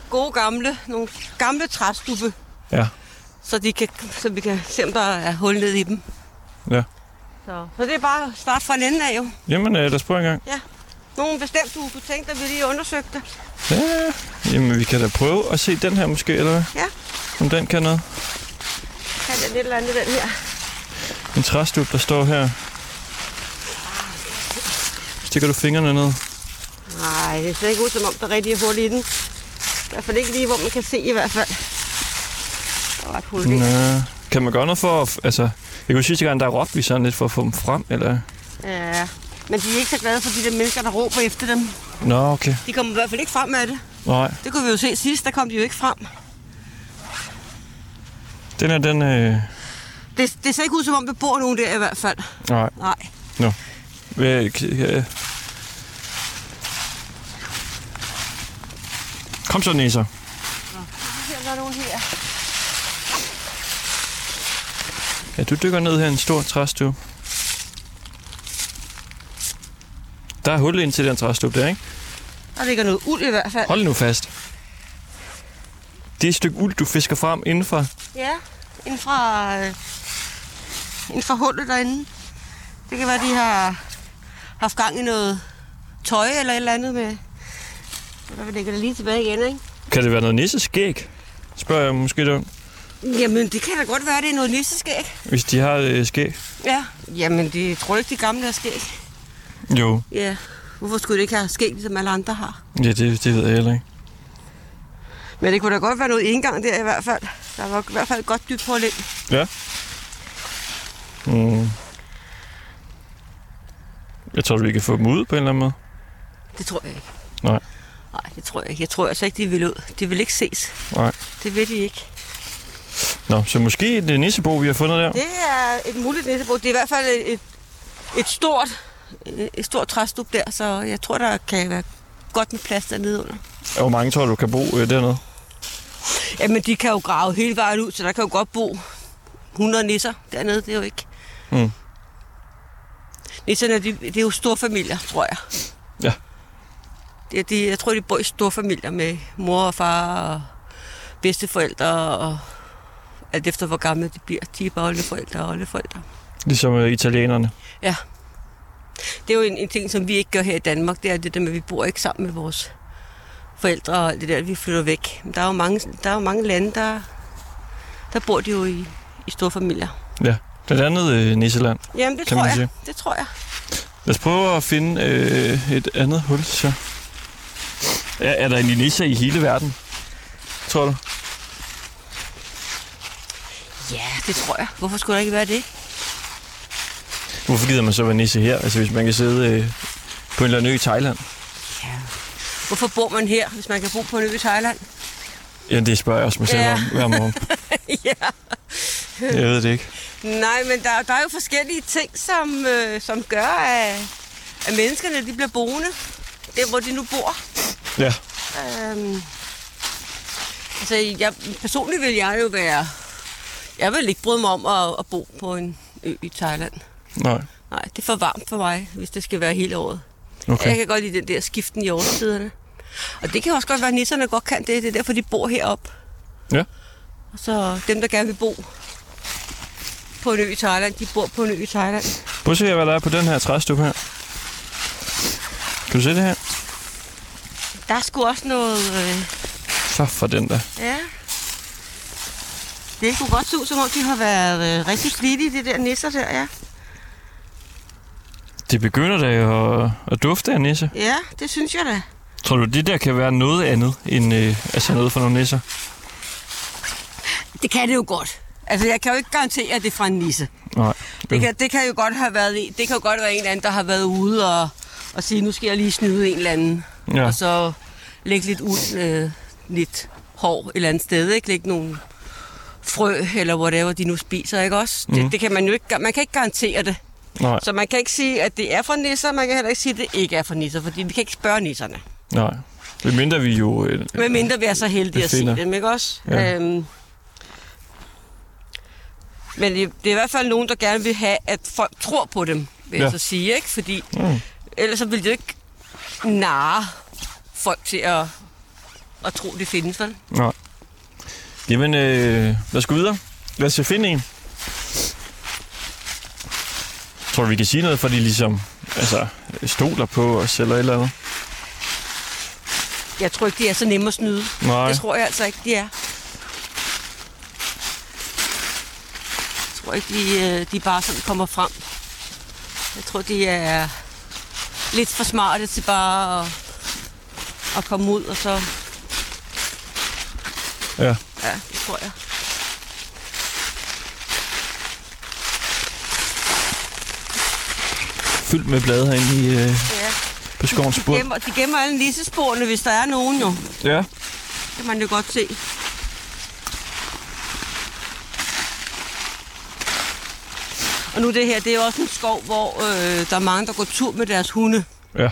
[SPEAKER 3] gode gamle, nogle gamle træstubbe,
[SPEAKER 1] Ja,
[SPEAKER 3] så, de kan, så vi kan se, om der er hul ned i dem.
[SPEAKER 1] ja.
[SPEAKER 3] Så, så det er bare at starte fra en ende af jo.
[SPEAKER 1] Jamen, øh, lad os prøve en gang.
[SPEAKER 3] Nogle bestemt du kunne tænke dig, vi lige undersøgte.
[SPEAKER 1] Ja, jamen vi kan da prøve at se den her måske, eller hvad?
[SPEAKER 3] Ja.
[SPEAKER 1] Om den kan noget.
[SPEAKER 3] Kan den et eller andet, den her?
[SPEAKER 1] En træstub, der står her. Stikker du fingrene ned?
[SPEAKER 3] Nej, det ser ikke ud, som om der rigtig er hul i den. I hvert fald ikke lige, hvor man kan se i hvert fald. Der var et hul i.
[SPEAKER 1] Nå. Kan man gøre noget for at... Altså, jeg kunne sidste gang, der råbte vi sådan lidt for at få dem frem, eller...
[SPEAKER 3] Ja. Men de er ikke så glade for de der mennesker, der råber efter dem.
[SPEAKER 1] Nå, okay.
[SPEAKER 3] De kommer i hvert fald ikke frem af det.
[SPEAKER 1] Nej,
[SPEAKER 3] Det kunne vi jo se sidst, der kom de jo ikke frem.
[SPEAKER 1] den er den... Øh...
[SPEAKER 3] Det, det ser ikke ud som om, der bor nogen der i hvert fald.
[SPEAKER 1] Nej,
[SPEAKER 3] Nej.
[SPEAKER 1] Øh, k- øh. Kom så, Nisa.
[SPEAKER 3] Her var nogen her.
[SPEAKER 1] Ja, du dykker ned her i en stor træstøv. Der er hul ind til den træstøv der, ikke?
[SPEAKER 3] Der ligger noget uld i hvert fald.
[SPEAKER 1] Hold nu fast. Det er et stykke uld, du fisker frem indenfor.
[SPEAKER 3] Ja, inden fra, øh, inden fra hullet derinde. Det kan være, de har haft gang i noget tøj eller et eller andet med. Hvad ligger det lige tilbage igen, ikke?
[SPEAKER 1] Kan det være noget nisseskæg? Spørger jeg måske dem.
[SPEAKER 3] Jamen, det kan da godt være, det er noget nisseskæg.
[SPEAKER 1] Hvis de har øh, skæg.
[SPEAKER 3] Ja. Jamen, det tror du ikke, de gamle har skæg?
[SPEAKER 1] Jo,
[SPEAKER 3] Ja. Hvorfor skulle det ikke have skæg, ligesom alle andre har?
[SPEAKER 1] ja, det, det ved jeg heller ikke.
[SPEAKER 3] Men det kunne da godt være noget engang der i hvert fald. Der var i hvert fald et godt dybt hul ind.
[SPEAKER 1] Ja. Mm. Jeg tror, vi kan få dem ud på en eller anden måde.
[SPEAKER 3] Det tror jeg ikke.
[SPEAKER 1] Nej.
[SPEAKER 3] Nej, det tror jeg ikke. Jeg tror altså ikke, de vil ud. De vil ikke ses.
[SPEAKER 1] Nej.
[SPEAKER 3] Det vil de ikke.
[SPEAKER 1] Nå, så måske et nissebo, vi har fundet der.
[SPEAKER 3] Det er et muligt nissebo. Det er i hvert fald et, et stort, et stort træstup der, så jeg tror, der kan være godt med plads dernede under.
[SPEAKER 1] Hvor mange tror du kan bo øh, dernede?
[SPEAKER 3] Jamen, de kan jo grave hele vejen ud, så der kan jo godt bo 100 nisser dernede. Det er jo ikke...
[SPEAKER 1] Mm.
[SPEAKER 3] Nisserne, de, det er jo store familier, tror jeg.
[SPEAKER 1] Ja.
[SPEAKER 3] Det er de, jeg tror, de bor i store familier med mor og far og bedsteforældre og alt efter, hvor gamle de bliver. De er bare oldeforældre og oldeforældre.
[SPEAKER 1] Ligesom øh, italienerne.
[SPEAKER 3] Ja. Det er jo en, en ting, som vi ikke gør her i Danmark, det er det der med, at vi bor ikke sammen med vores forældre og alt det der, vi flytter væk. Men der er jo mange, der er jo mange lande, der, der bor de jo i, i store familier.
[SPEAKER 1] Ja, blandt andet øh, Nisseland.
[SPEAKER 3] Jamen, det
[SPEAKER 1] Kan
[SPEAKER 3] tror
[SPEAKER 1] man
[SPEAKER 3] jeg.
[SPEAKER 1] sige.
[SPEAKER 3] Det tror jeg.
[SPEAKER 1] Lad os prøve at finde øh, et andet hul, så. Er, er der en nisse i hele verden? Tror du?
[SPEAKER 3] Ja, det tror jeg. Hvorfor skulle der ikke være det?
[SPEAKER 1] Hvorfor gider man så være nisse her? Altså, hvis man kan sidde øh, på en eller anden ø i Thailand.
[SPEAKER 3] Hvorfor bor man her, hvis man kan bo på en ø i Thailand?
[SPEAKER 1] Ja, det spørger jeg også mig selv
[SPEAKER 5] Ja.
[SPEAKER 1] om hver morgen.
[SPEAKER 3] ja.
[SPEAKER 1] Jeg ved det ikke.
[SPEAKER 3] Nej, men der, der er jo forskellige ting, som, øh, som gør, at, at menneskerne de bliver boende der, hvor de nu bor.
[SPEAKER 1] Ja.
[SPEAKER 3] Øhm, altså, jeg, personligt vil jeg jo være... Jeg vil ikke bryde mig om at, at bo på en ø i Thailand.
[SPEAKER 1] Nej.
[SPEAKER 3] Nej, det er for varmt for mig, hvis det skal være hele året. Okay. Jeg
[SPEAKER 1] Okay.
[SPEAKER 3] kan godt lide den der skiften i årstiderne. Og det kan også godt være, at nisserne godt kan det. Det er derfor, de bor heroppe.
[SPEAKER 1] Ja.
[SPEAKER 3] Og så dem, der gerne vil bo på en ø i Thailand, de bor på en ø i Thailand.
[SPEAKER 1] Prøv at se, hvad der er på den her træstup her. Kan du se det her?
[SPEAKER 3] Der er sgu også noget... Øh,
[SPEAKER 1] Så for den der.
[SPEAKER 3] ja. Det kunne godt se ud, som om de har været øh, rigtig flittige, de der nisser der, ja.
[SPEAKER 1] Det begynder da at, at dufte af nisse.
[SPEAKER 3] Ja, det synes jeg da.
[SPEAKER 1] Tror du, det der kan være noget andet end øh, altså noget for nogle nisser?
[SPEAKER 3] Det kan det jo godt. Altså, jeg kan jo ikke garantere, at det er fra en nisse.
[SPEAKER 1] Nej.
[SPEAKER 3] Det kan, det kan jo godt have været, det kan jo godt være en eller anden, der har været ude og, og sige, nu skal jeg lige snyde en eller anden.
[SPEAKER 1] Ja.
[SPEAKER 3] Og så lægge lidt ud, øh, lidt hår et eller andet sted, ikke? Lægge nogle frø eller whatever de nu spiser, ikke også? Mm. Det, det, kan man jo ikke, gar- man kan ikke garantere det.
[SPEAKER 1] Nej.
[SPEAKER 3] Så man kan ikke sige, at det er for nisser, man kan heller ikke sige, at det ikke er for nisser, fordi vi kan ikke spørge nisserne.
[SPEAKER 1] Nej. Det mindre vi jo... Øh,
[SPEAKER 3] Med mindre vi er så heldige at se
[SPEAKER 1] Befinder.
[SPEAKER 3] dem, ikke også?
[SPEAKER 1] Ja.
[SPEAKER 3] Ja. Øhm, men det, det er i hvert fald nogen, der gerne vil have, at folk tror på dem, vil ja.
[SPEAKER 1] Ja.
[SPEAKER 3] jeg så sige, ikke? Fordi mm. ellers så vil det jo ikke narre folk til at, at tro, det findes, vel?
[SPEAKER 1] nej. Jamen, øh, lad os gå videre. Lad os finde en. Tror du, vi kan sige noget, for de ligesom altså, stoler på os eller et eller andet?
[SPEAKER 3] Jeg tror ikke, de er så nemme at snyde.
[SPEAKER 1] Nej.
[SPEAKER 3] Det tror jeg altså ikke, de er. Jeg tror ikke, de, øh, de bare sådan kommer frem. Jeg tror, de er lidt for smarte til bare at, at komme ud, og så...
[SPEAKER 1] Ja.
[SPEAKER 3] Ja, det tror jeg.
[SPEAKER 1] Fyldt med blade herinde i, øh,
[SPEAKER 3] Ja.
[SPEAKER 1] på skovens
[SPEAKER 3] De
[SPEAKER 1] spurg.
[SPEAKER 3] gemmer, de gemmer alle nissesporene, hvis der er nogen jo.
[SPEAKER 1] Ja.
[SPEAKER 3] Det kan man jo godt se. Og nu det her, det er jo også en skov, hvor øh, der er mange, der går tur med deres hunde.
[SPEAKER 1] Ja.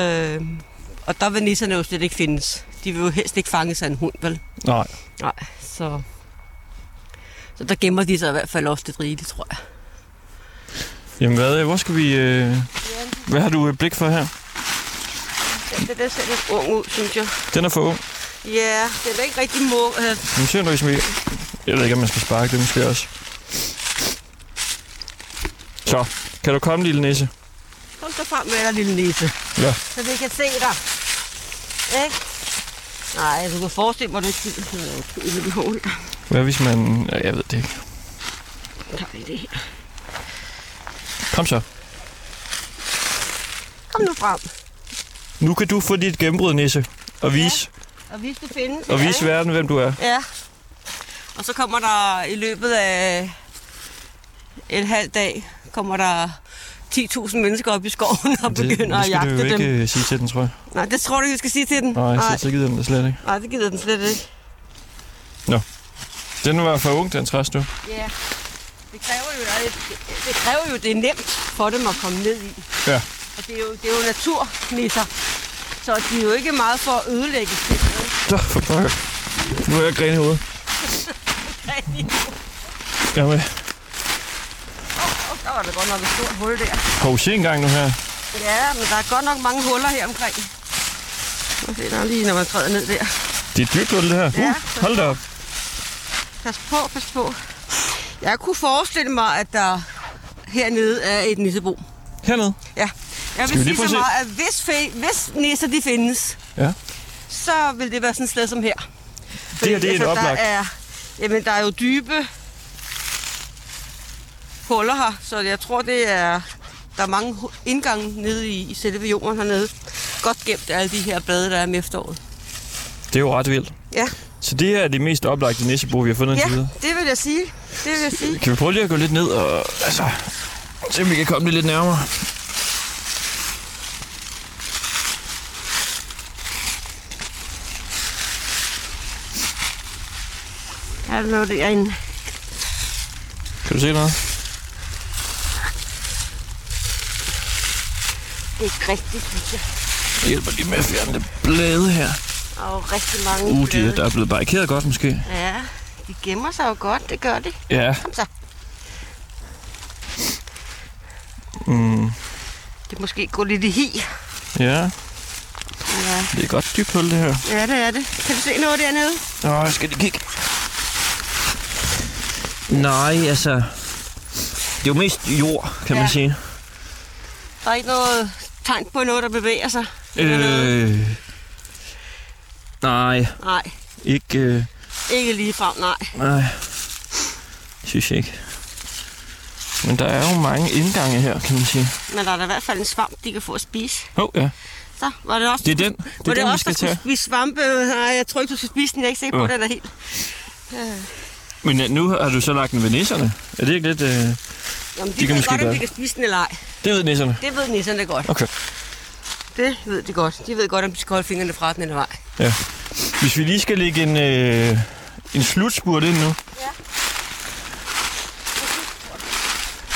[SPEAKER 3] Øh, og der vil nisserne jo slet ikke findes. De vil jo helst ikke fanges af en hund, vel?
[SPEAKER 1] Nej.
[SPEAKER 3] Nej, så... Så der gemmer de sig i hvert fald ofte rigeligt, tror jeg.
[SPEAKER 1] Jamen, hvad, øh, hvor skal vi... Øh, hvad har du et blik for her?
[SPEAKER 3] Det der ser lidt ung ud, synes jeg.
[SPEAKER 1] Den er for ung.
[SPEAKER 3] Ja, det er da ikke rigtig må... Øh,
[SPEAKER 1] Nu ser du ligesom ikke- Jeg ved ikke, om man skal sparke det måske også. Så, kan du komme, lille nisse?
[SPEAKER 3] kom så frem med dig, lille nisse.
[SPEAKER 1] Ja.
[SPEAKER 3] så vi kan se dig. Ikke? Nej, altså, du kan forestille mig, at du ikke kan et hul.
[SPEAKER 1] Hvad hvis man... Ja, jeg ved det ikke.
[SPEAKER 3] Der er det her.
[SPEAKER 1] Kom så.
[SPEAKER 3] Kom nu frem.
[SPEAKER 1] Nu kan du få dit gennembrud, nisse. Og vise,
[SPEAKER 3] Og vi skal finde
[SPEAKER 1] og vise
[SPEAKER 3] ja.
[SPEAKER 1] verden, hvem du er.
[SPEAKER 3] ja. Og så kommer der i løbet af en halv dag, kommer der 10.000 mennesker op i skoven og begynder
[SPEAKER 1] det
[SPEAKER 3] at
[SPEAKER 1] skal du
[SPEAKER 3] jagte
[SPEAKER 1] jo
[SPEAKER 3] dem.
[SPEAKER 1] ikke øh, sige til den, tror jeg.
[SPEAKER 3] Nej, det tror du, vi skal sige til den.
[SPEAKER 1] Nej,
[SPEAKER 3] Nej,
[SPEAKER 1] så, så gider den det slet ikke.
[SPEAKER 3] nej det gider den slet ikke.
[SPEAKER 1] Den var for ung, den træstup.
[SPEAKER 3] Ja. Det kræver jo, det, det kræver jo, det er nemt for dem at komme ned i.
[SPEAKER 1] Ja.
[SPEAKER 3] Og det er jo, det er jo naturnisser, så de er jo ikke meget for at ødelægge det.
[SPEAKER 1] Så, for pokker. Nu er jeg gren i hovedet. Jeg er med.
[SPEAKER 3] Åh, oh, der var da godt nok et stort hul der.
[SPEAKER 1] Hov, se en gang nu her.
[SPEAKER 3] Ja, men der er godt nok mange huller her omkring. Nu se, der er lige, når man træder ned der.
[SPEAKER 1] Det er et dybt hul, det her.
[SPEAKER 3] Ja.
[SPEAKER 1] Uh, hold da op.
[SPEAKER 3] Pas på, pas på. Jeg kunne forestille mig, at der hernede er et nissebo.
[SPEAKER 1] Hernede.
[SPEAKER 3] Ja.
[SPEAKER 1] Skal
[SPEAKER 3] Jeg
[SPEAKER 1] vi
[SPEAKER 3] vil
[SPEAKER 1] lige
[SPEAKER 3] sige
[SPEAKER 1] prøve
[SPEAKER 3] så
[SPEAKER 1] at se?
[SPEAKER 3] meget, at hvis, fe, hvis nisser de findes,
[SPEAKER 1] Ja.
[SPEAKER 3] så vil det være sådan et sted som her. altså,
[SPEAKER 1] Det her, det er et
[SPEAKER 3] der
[SPEAKER 1] oplagt.
[SPEAKER 3] er, jamen, der er jo dybe huller her, så jeg tror, det er, der er mange hu- indgange nede i, i selve jorden hernede. Godt gemt af alle de her blade, der er om efteråret.
[SPEAKER 1] Det er jo ret vildt.
[SPEAKER 3] Ja,
[SPEAKER 1] Så det her er det mest oplagte nissebo, vi har fundet indtil
[SPEAKER 3] ja
[SPEAKER 1] videre.
[SPEAKER 3] det vil jeg sige. Det vil jeg sige.
[SPEAKER 1] Kan vi prøve lige at gå lidt ned og altså, se om vi kan komme det lidt nærmere?
[SPEAKER 3] er der noget derinde?
[SPEAKER 1] Kan du se noget?
[SPEAKER 3] Det er ikke rigtigt, synes jeg.
[SPEAKER 1] Jeg hjælper lige med at fjerne det blade her.
[SPEAKER 3] Der er jo rigtig mange
[SPEAKER 1] Uh, de
[SPEAKER 3] blade.
[SPEAKER 1] er, der er blevet barrikeret godt måske.
[SPEAKER 3] Ja, de gemmer sig jo godt, det gør de.
[SPEAKER 1] Ja,
[SPEAKER 3] Kom så.
[SPEAKER 1] mm,
[SPEAKER 3] Det er måske gå lidt i hi.
[SPEAKER 1] ja.
[SPEAKER 3] Ja.
[SPEAKER 1] det er godt dybt hul det her.
[SPEAKER 3] ja, det er det. Kan du se noget dernede?
[SPEAKER 1] Nå, jeg skal lige kigge. Nej, altså... Det er jo mest jord, kan
[SPEAKER 3] Ja.
[SPEAKER 1] man sige.
[SPEAKER 3] Der er ikke noget tegn på noget, der bevæger sig? Dernede?
[SPEAKER 1] Øh, nej,
[SPEAKER 3] Nej,
[SPEAKER 1] ikke... Øh,
[SPEAKER 3] ikke lige frem, nej.
[SPEAKER 1] nej, synes jeg ikke. Men der er jo mange indgange her, kan man sige.
[SPEAKER 3] Men der er da i hvert fald en svamp, de kan få at spise.
[SPEAKER 1] Åh, oh, ja.
[SPEAKER 3] Så var det også...
[SPEAKER 1] Det er den.
[SPEAKER 3] var
[SPEAKER 1] den,
[SPEAKER 3] det
[SPEAKER 1] vi
[SPEAKER 3] også, der
[SPEAKER 1] skal
[SPEAKER 3] skulle
[SPEAKER 1] tage.
[SPEAKER 3] spise svampe? Nej, jeg tror ikke, du skal spise den. Jeg er ikke sikker på,
[SPEAKER 1] Åh.
[SPEAKER 3] at den er helt...
[SPEAKER 1] Men ja, nu har du så lagt den ved nisserne. Er det ikke lidt... Øh...
[SPEAKER 3] Jamen, de,
[SPEAKER 1] kan
[SPEAKER 3] de ved
[SPEAKER 1] måske
[SPEAKER 3] godt, om
[SPEAKER 1] gøre
[SPEAKER 3] de kan spise den eller ej.
[SPEAKER 1] Det ved nisserne.
[SPEAKER 3] Det ved nisserne godt.
[SPEAKER 1] Okay.
[SPEAKER 3] Det ved de godt. De ved godt, om de skal holde fingrene fra den eller ej.
[SPEAKER 1] Ja. Hvis vi lige skal lægge en, øh, en slutspurt ind nu.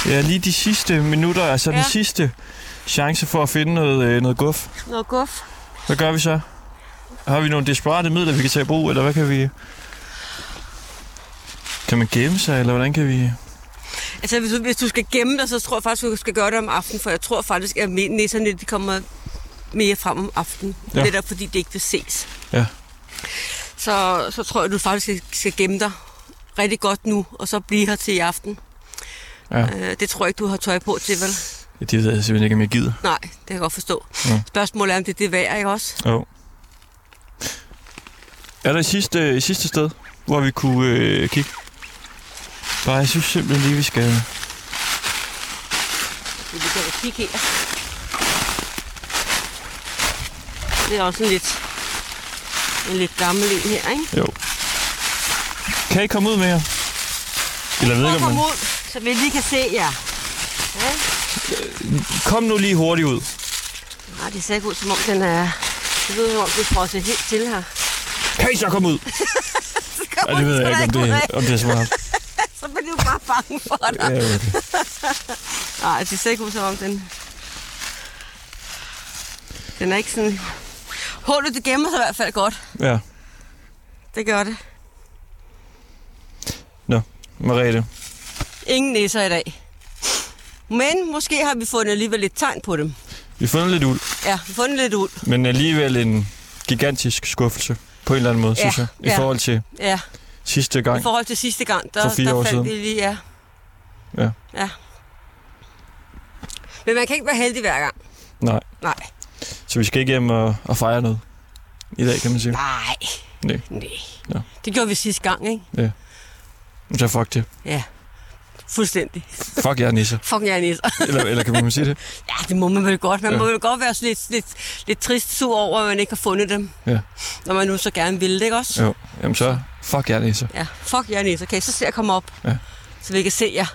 [SPEAKER 1] Ja. Ja, lige de sidste minutter, altså ja. den
[SPEAKER 3] Ja.
[SPEAKER 1] sidste chance for at finde noget, øh, noget guf.
[SPEAKER 3] Noget guf.
[SPEAKER 1] Hvad gør vi så? Har vi nogle desperate midler, vi kan tage i brug, eller hvad kan vi... Kan man gemme sig, eller hvordan kan vi...
[SPEAKER 3] Altså, hvis du, hvis du skal gemme dig, så tror jeg faktisk, du skal gøre det om aftenen, for jeg tror faktisk, at me- nisserne de kommer mere frem om aftenen.
[SPEAKER 1] Ja.
[SPEAKER 3] Ja. Netop fordi det ikke vil ses.
[SPEAKER 1] Ja.
[SPEAKER 3] Så, så tror jeg, du faktisk skal, skal gemme dig rigtig godt nu, og så blive her til i aften.
[SPEAKER 1] Ja.
[SPEAKER 3] Øh, det tror jeg ikke, du har tøj på til, vel?
[SPEAKER 1] Ja, Det ved jeg simpelthen ikke, om jeg gider.
[SPEAKER 3] Nej, det kan jeg godt forstå.
[SPEAKER 1] Ja.
[SPEAKER 3] Ja. Spørgsmålet er, om det er det værd, ikke også?
[SPEAKER 1] Jo. Er der et sidste, et sidste sted, hvor vi kunne øh, kigge? Bare, jeg synes simpelthen lige, vi skal...
[SPEAKER 3] Vi kan jo kigge her. Det er også en lidt, en lidt gammel en her, ikke?
[SPEAKER 1] Jo. Kan I komme ud mere? Eller ved
[SPEAKER 3] Prøv
[SPEAKER 1] ikke,
[SPEAKER 3] at
[SPEAKER 1] om man...
[SPEAKER 3] komme ud, så vi lige kan se jer. Ja.
[SPEAKER 1] Kom nu lige hurtigt ud.
[SPEAKER 3] Nej, det ser ikke ud, som om den er... Det ved som om, det er frosset helt til her.
[SPEAKER 1] Kan I så komme ud? Ej, det ved jeg ikke, om det, er- om det er smart.
[SPEAKER 3] Så bliver du bare bange for dig.
[SPEAKER 1] Ja, okay.
[SPEAKER 3] Nej, det ser ikke ud, som om den... Den er ikke sådan... Hullet, det gemmer sig i hvert fald godt.
[SPEAKER 1] ja.
[SPEAKER 3] Det gør det.
[SPEAKER 1] Nå, Mariette.
[SPEAKER 3] Ingen nisser i dag. Men måske har vi fundet alligevel lidt tegn på dem.
[SPEAKER 1] Vi har fundet lidt uld,
[SPEAKER 3] Ja, vi har fundet lidt ud.
[SPEAKER 1] men alligevel en gigantisk skuffelse på en eller anden måde,
[SPEAKER 3] Ja,
[SPEAKER 1] synes jeg. I
[SPEAKER 3] ja.
[SPEAKER 1] forhold til
[SPEAKER 3] Ja,
[SPEAKER 1] sidste
[SPEAKER 3] i
[SPEAKER 1] gang.
[SPEAKER 3] forhold til sidste gang, der,
[SPEAKER 1] For fire
[SPEAKER 3] der
[SPEAKER 1] år
[SPEAKER 3] faldt
[SPEAKER 1] siden.
[SPEAKER 3] vi lige... Ja.
[SPEAKER 1] Ja.
[SPEAKER 3] ja. Men man kan ikke være heldig hver gang.
[SPEAKER 1] Nej,
[SPEAKER 3] Nej.
[SPEAKER 1] så vi skal ikke hjem og, og fejre noget i dag, kan man sige.
[SPEAKER 3] Nej.
[SPEAKER 1] Nej.
[SPEAKER 3] Nej.
[SPEAKER 1] Nå.
[SPEAKER 3] Det gjorde vi sidste gang, ikke?
[SPEAKER 1] Så fuck det.
[SPEAKER 3] Ja. Fuldstændig.
[SPEAKER 1] Fuck jer, nisser.
[SPEAKER 3] Fuck jeg er nisser.
[SPEAKER 1] Eller, eller kan man sige det?
[SPEAKER 3] Ja, det må man vel godt. Man
[SPEAKER 1] Ja.
[SPEAKER 3] ja. må vel godt være sådan lidt, lidt, lidt trist sur over, at man ikke har fundet dem.
[SPEAKER 1] Ja.
[SPEAKER 3] Når man nu så gerne ville det, ikke også?
[SPEAKER 1] Jo. Jamen så, fuck jer, nisser.
[SPEAKER 3] Ja. Fuck jeg er nisser. Okay, så ser jeg komme op.
[SPEAKER 1] Ja.
[SPEAKER 3] Så vi kan se jer.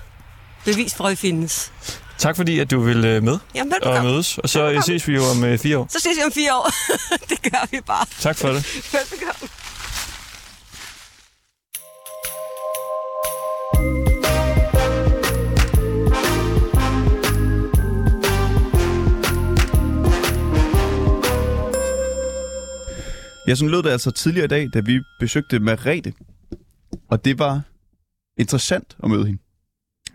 [SPEAKER 3] Bevis for, at I findes.
[SPEAKER 1] Tak fordi, at du vil øh, med
[SPEAKER 3] Jamen,
[SPEAKER 1] og
[SPEAKER 3] velbekomme.
[SPEAKER 1] mødes. Og så øh, ses vi jo om øh, fire år.
[SPEAKER 3] Så ses vi om fire år. det gør vi bare.
[SPEAKER 1] Tak for det.
[SPEAKER 3] Velbekomme.
[SPEAKER 2] Ja, sådan lød det altså tidligere i dag, da vi besøgte Merete. Og det var interessant at møde hende.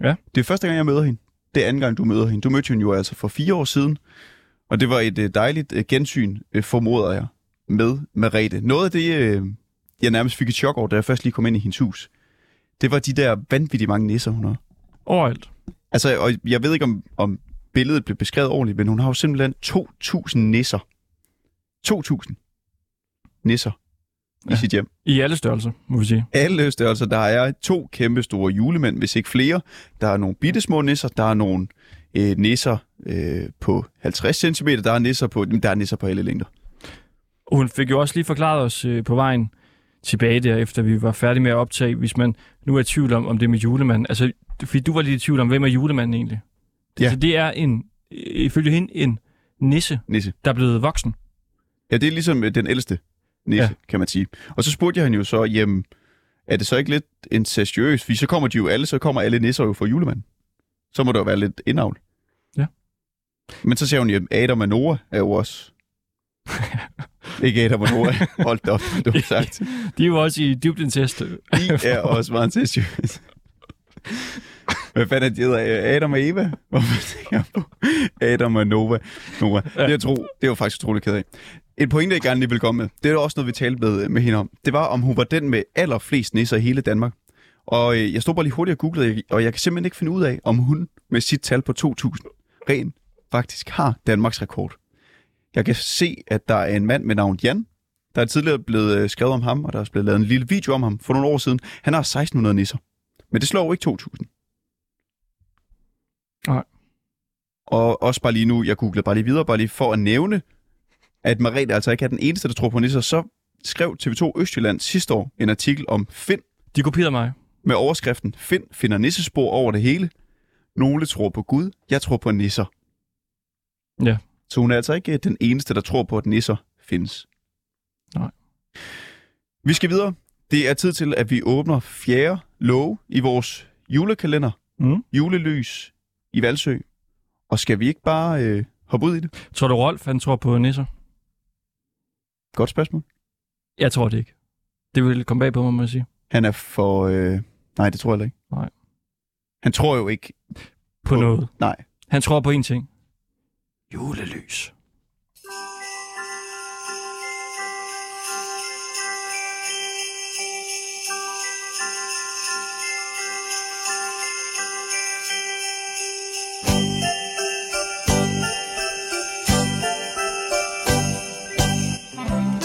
[SPEAKER 1] Ja.
[SPEAKER 2] Det er første gang, jeg møder hende. Det er anden gang, du møder hende. Du mødte hende jo altså for fire år siden. Og det var et øh, dejligt øh, gensyn, øh, formoder jeg, med Merete. Noget af det, øh, jeg nærmest fik et chok over, da jeg først lige kom ind i hendes hus, det var de der vanvittigt mange nisser, hun har.
[SPEAKER 1] Overalt.
[SPEAKER 2] Altså, og jeg ved ikke, om, om billedet blev beskrevet ordentligt, men hun har jo simpelthen 2.000 nisser. 2.000 nisser ja.
[SPEAKER 1] Ja.
[SPEAKER 2] i sit hjem.
[SPEAKER 1] I alle størrelser, må vi sige.
[SPEAKER 2] Alle størrelser. Der er to kæmpe store julemænd, hvis ikke flere. Der er nogle bittesmå nisser. Der er nogle øh, nisser øh, på 50 cm. Der er nisser på, jamen, der er nisser på alle længder.
[SPEAKER 5] Hun fik jo også lige forklaret os øh, på vejen tilbage der, efter vi var færdige med at optage, hvis man nu er i tvivl om, om det er med julemanden. Altså, fordi du var lige i tvivl om, hvem er julemanden egentlig?
[SPEAKER 2] Ja.
[SPEAKER 5] Så det er en, øh, ifølge hende, en nisse,
[SPEAKER 2] Nisse.
[SPEAKER 5] der er blevet voksen.
[SPEAKER 2] Ja, det er ligesom øh, den ældste nisse,
[SPEAKER 5] Ja.
[SPEAKER 2] ja. kan man sige. Og så spurgte jeg hende jo så, jamen, er det så ikke lidt incestuøst? Fordi så kommer de jo alle, så kommer alle nisser jo fra julemanden. Så må der jo være lidt indavl.
[SPEAKER 5] Ja.
[SPEAKER 2] Men så ser hun jo, at Adam og Noah er jo også... ikke Adam og Noah. Hold da op, du har sagt.
[SPEAKER 5] De er jo også i dybt incest.
[SPEAKER 2] I er også meget incestuøst. Hvad fanden er de hedder? Adam og Eva? Hvorfor tænker jeg på Adam og Nova? Nova. Det, jeg tro, det var faktisk utrolig ked af. En pointe, jeg gerne lige vil komme med, det er også noget, vi talte med, med hende om. Det var, om hun var den med allerflest nisser i hele Danmark. Og øh, jeg stod bare lige hurtigt og googlede, og jeg kan simpelthen ikke finde ud af, om hun med sit tal på 2.000 rent faktisk har Danmarks rekord. Jeg kan se, at der er en mand med navn Jan, der er tidligere blevet øh, skrevet om ham, og der er også blevet lavet en lille video om ham for nogle år siden. Han har 1.600 nisser. Men det slår jo ikke 2.000.
[SPEAKER 5] Nej.
[SPEAKER 2] Og også bare lige nu, jeg googlede bare lige videre, bare lige for at nævne, at Marete altså ikke er den eneste, der tror på nisser, så skrev TV2 Østjylland sidste år en artikel om Finn
[SPEAKER 5] De kopierede mig.
[SPEAKER 2] med overskriften Finn finder nissespor over det hele. Nogle tror på Gud, jeg tror på nisser.
[SPEAKER 5] Ja.
[SPEAKER 2] Så hun er altså ikke øh, den eneste, der tror på, at nisser findes.
[SPEAKER 5] Nej.
[SPEAKER 2] Vi skal videre. Det er tid til, at vi åbner fjerde låge i vores julekalender.
[SPEAKER 5] Mm.
[SPEAKER 2] Julelys i Valsø. Og skal vi ikke bare øh, hoppe ud i det?
[SPEAKER 5] Tror du, Rolf han tror på nisser?
[SPEAKER 2] Godt spørgsmål.
[SPEAKER 5] Jeg tror det ikke. Det vil komme bag på mig, må jeg sige.
[SPEAKER 2] Han er for... Øh... Nej, det tror jeg heller ikke.
[SPEAKER 5] Nej.
[SPEAKER 2] Han tror jo ikke.
[SPEAKER 5] På
[SPEAKER 2] På-
[SPEAKER 5] noget.
[SPEAKER 2] Nej.
[SPEAKER 5] Han tror på én ting. Julelys.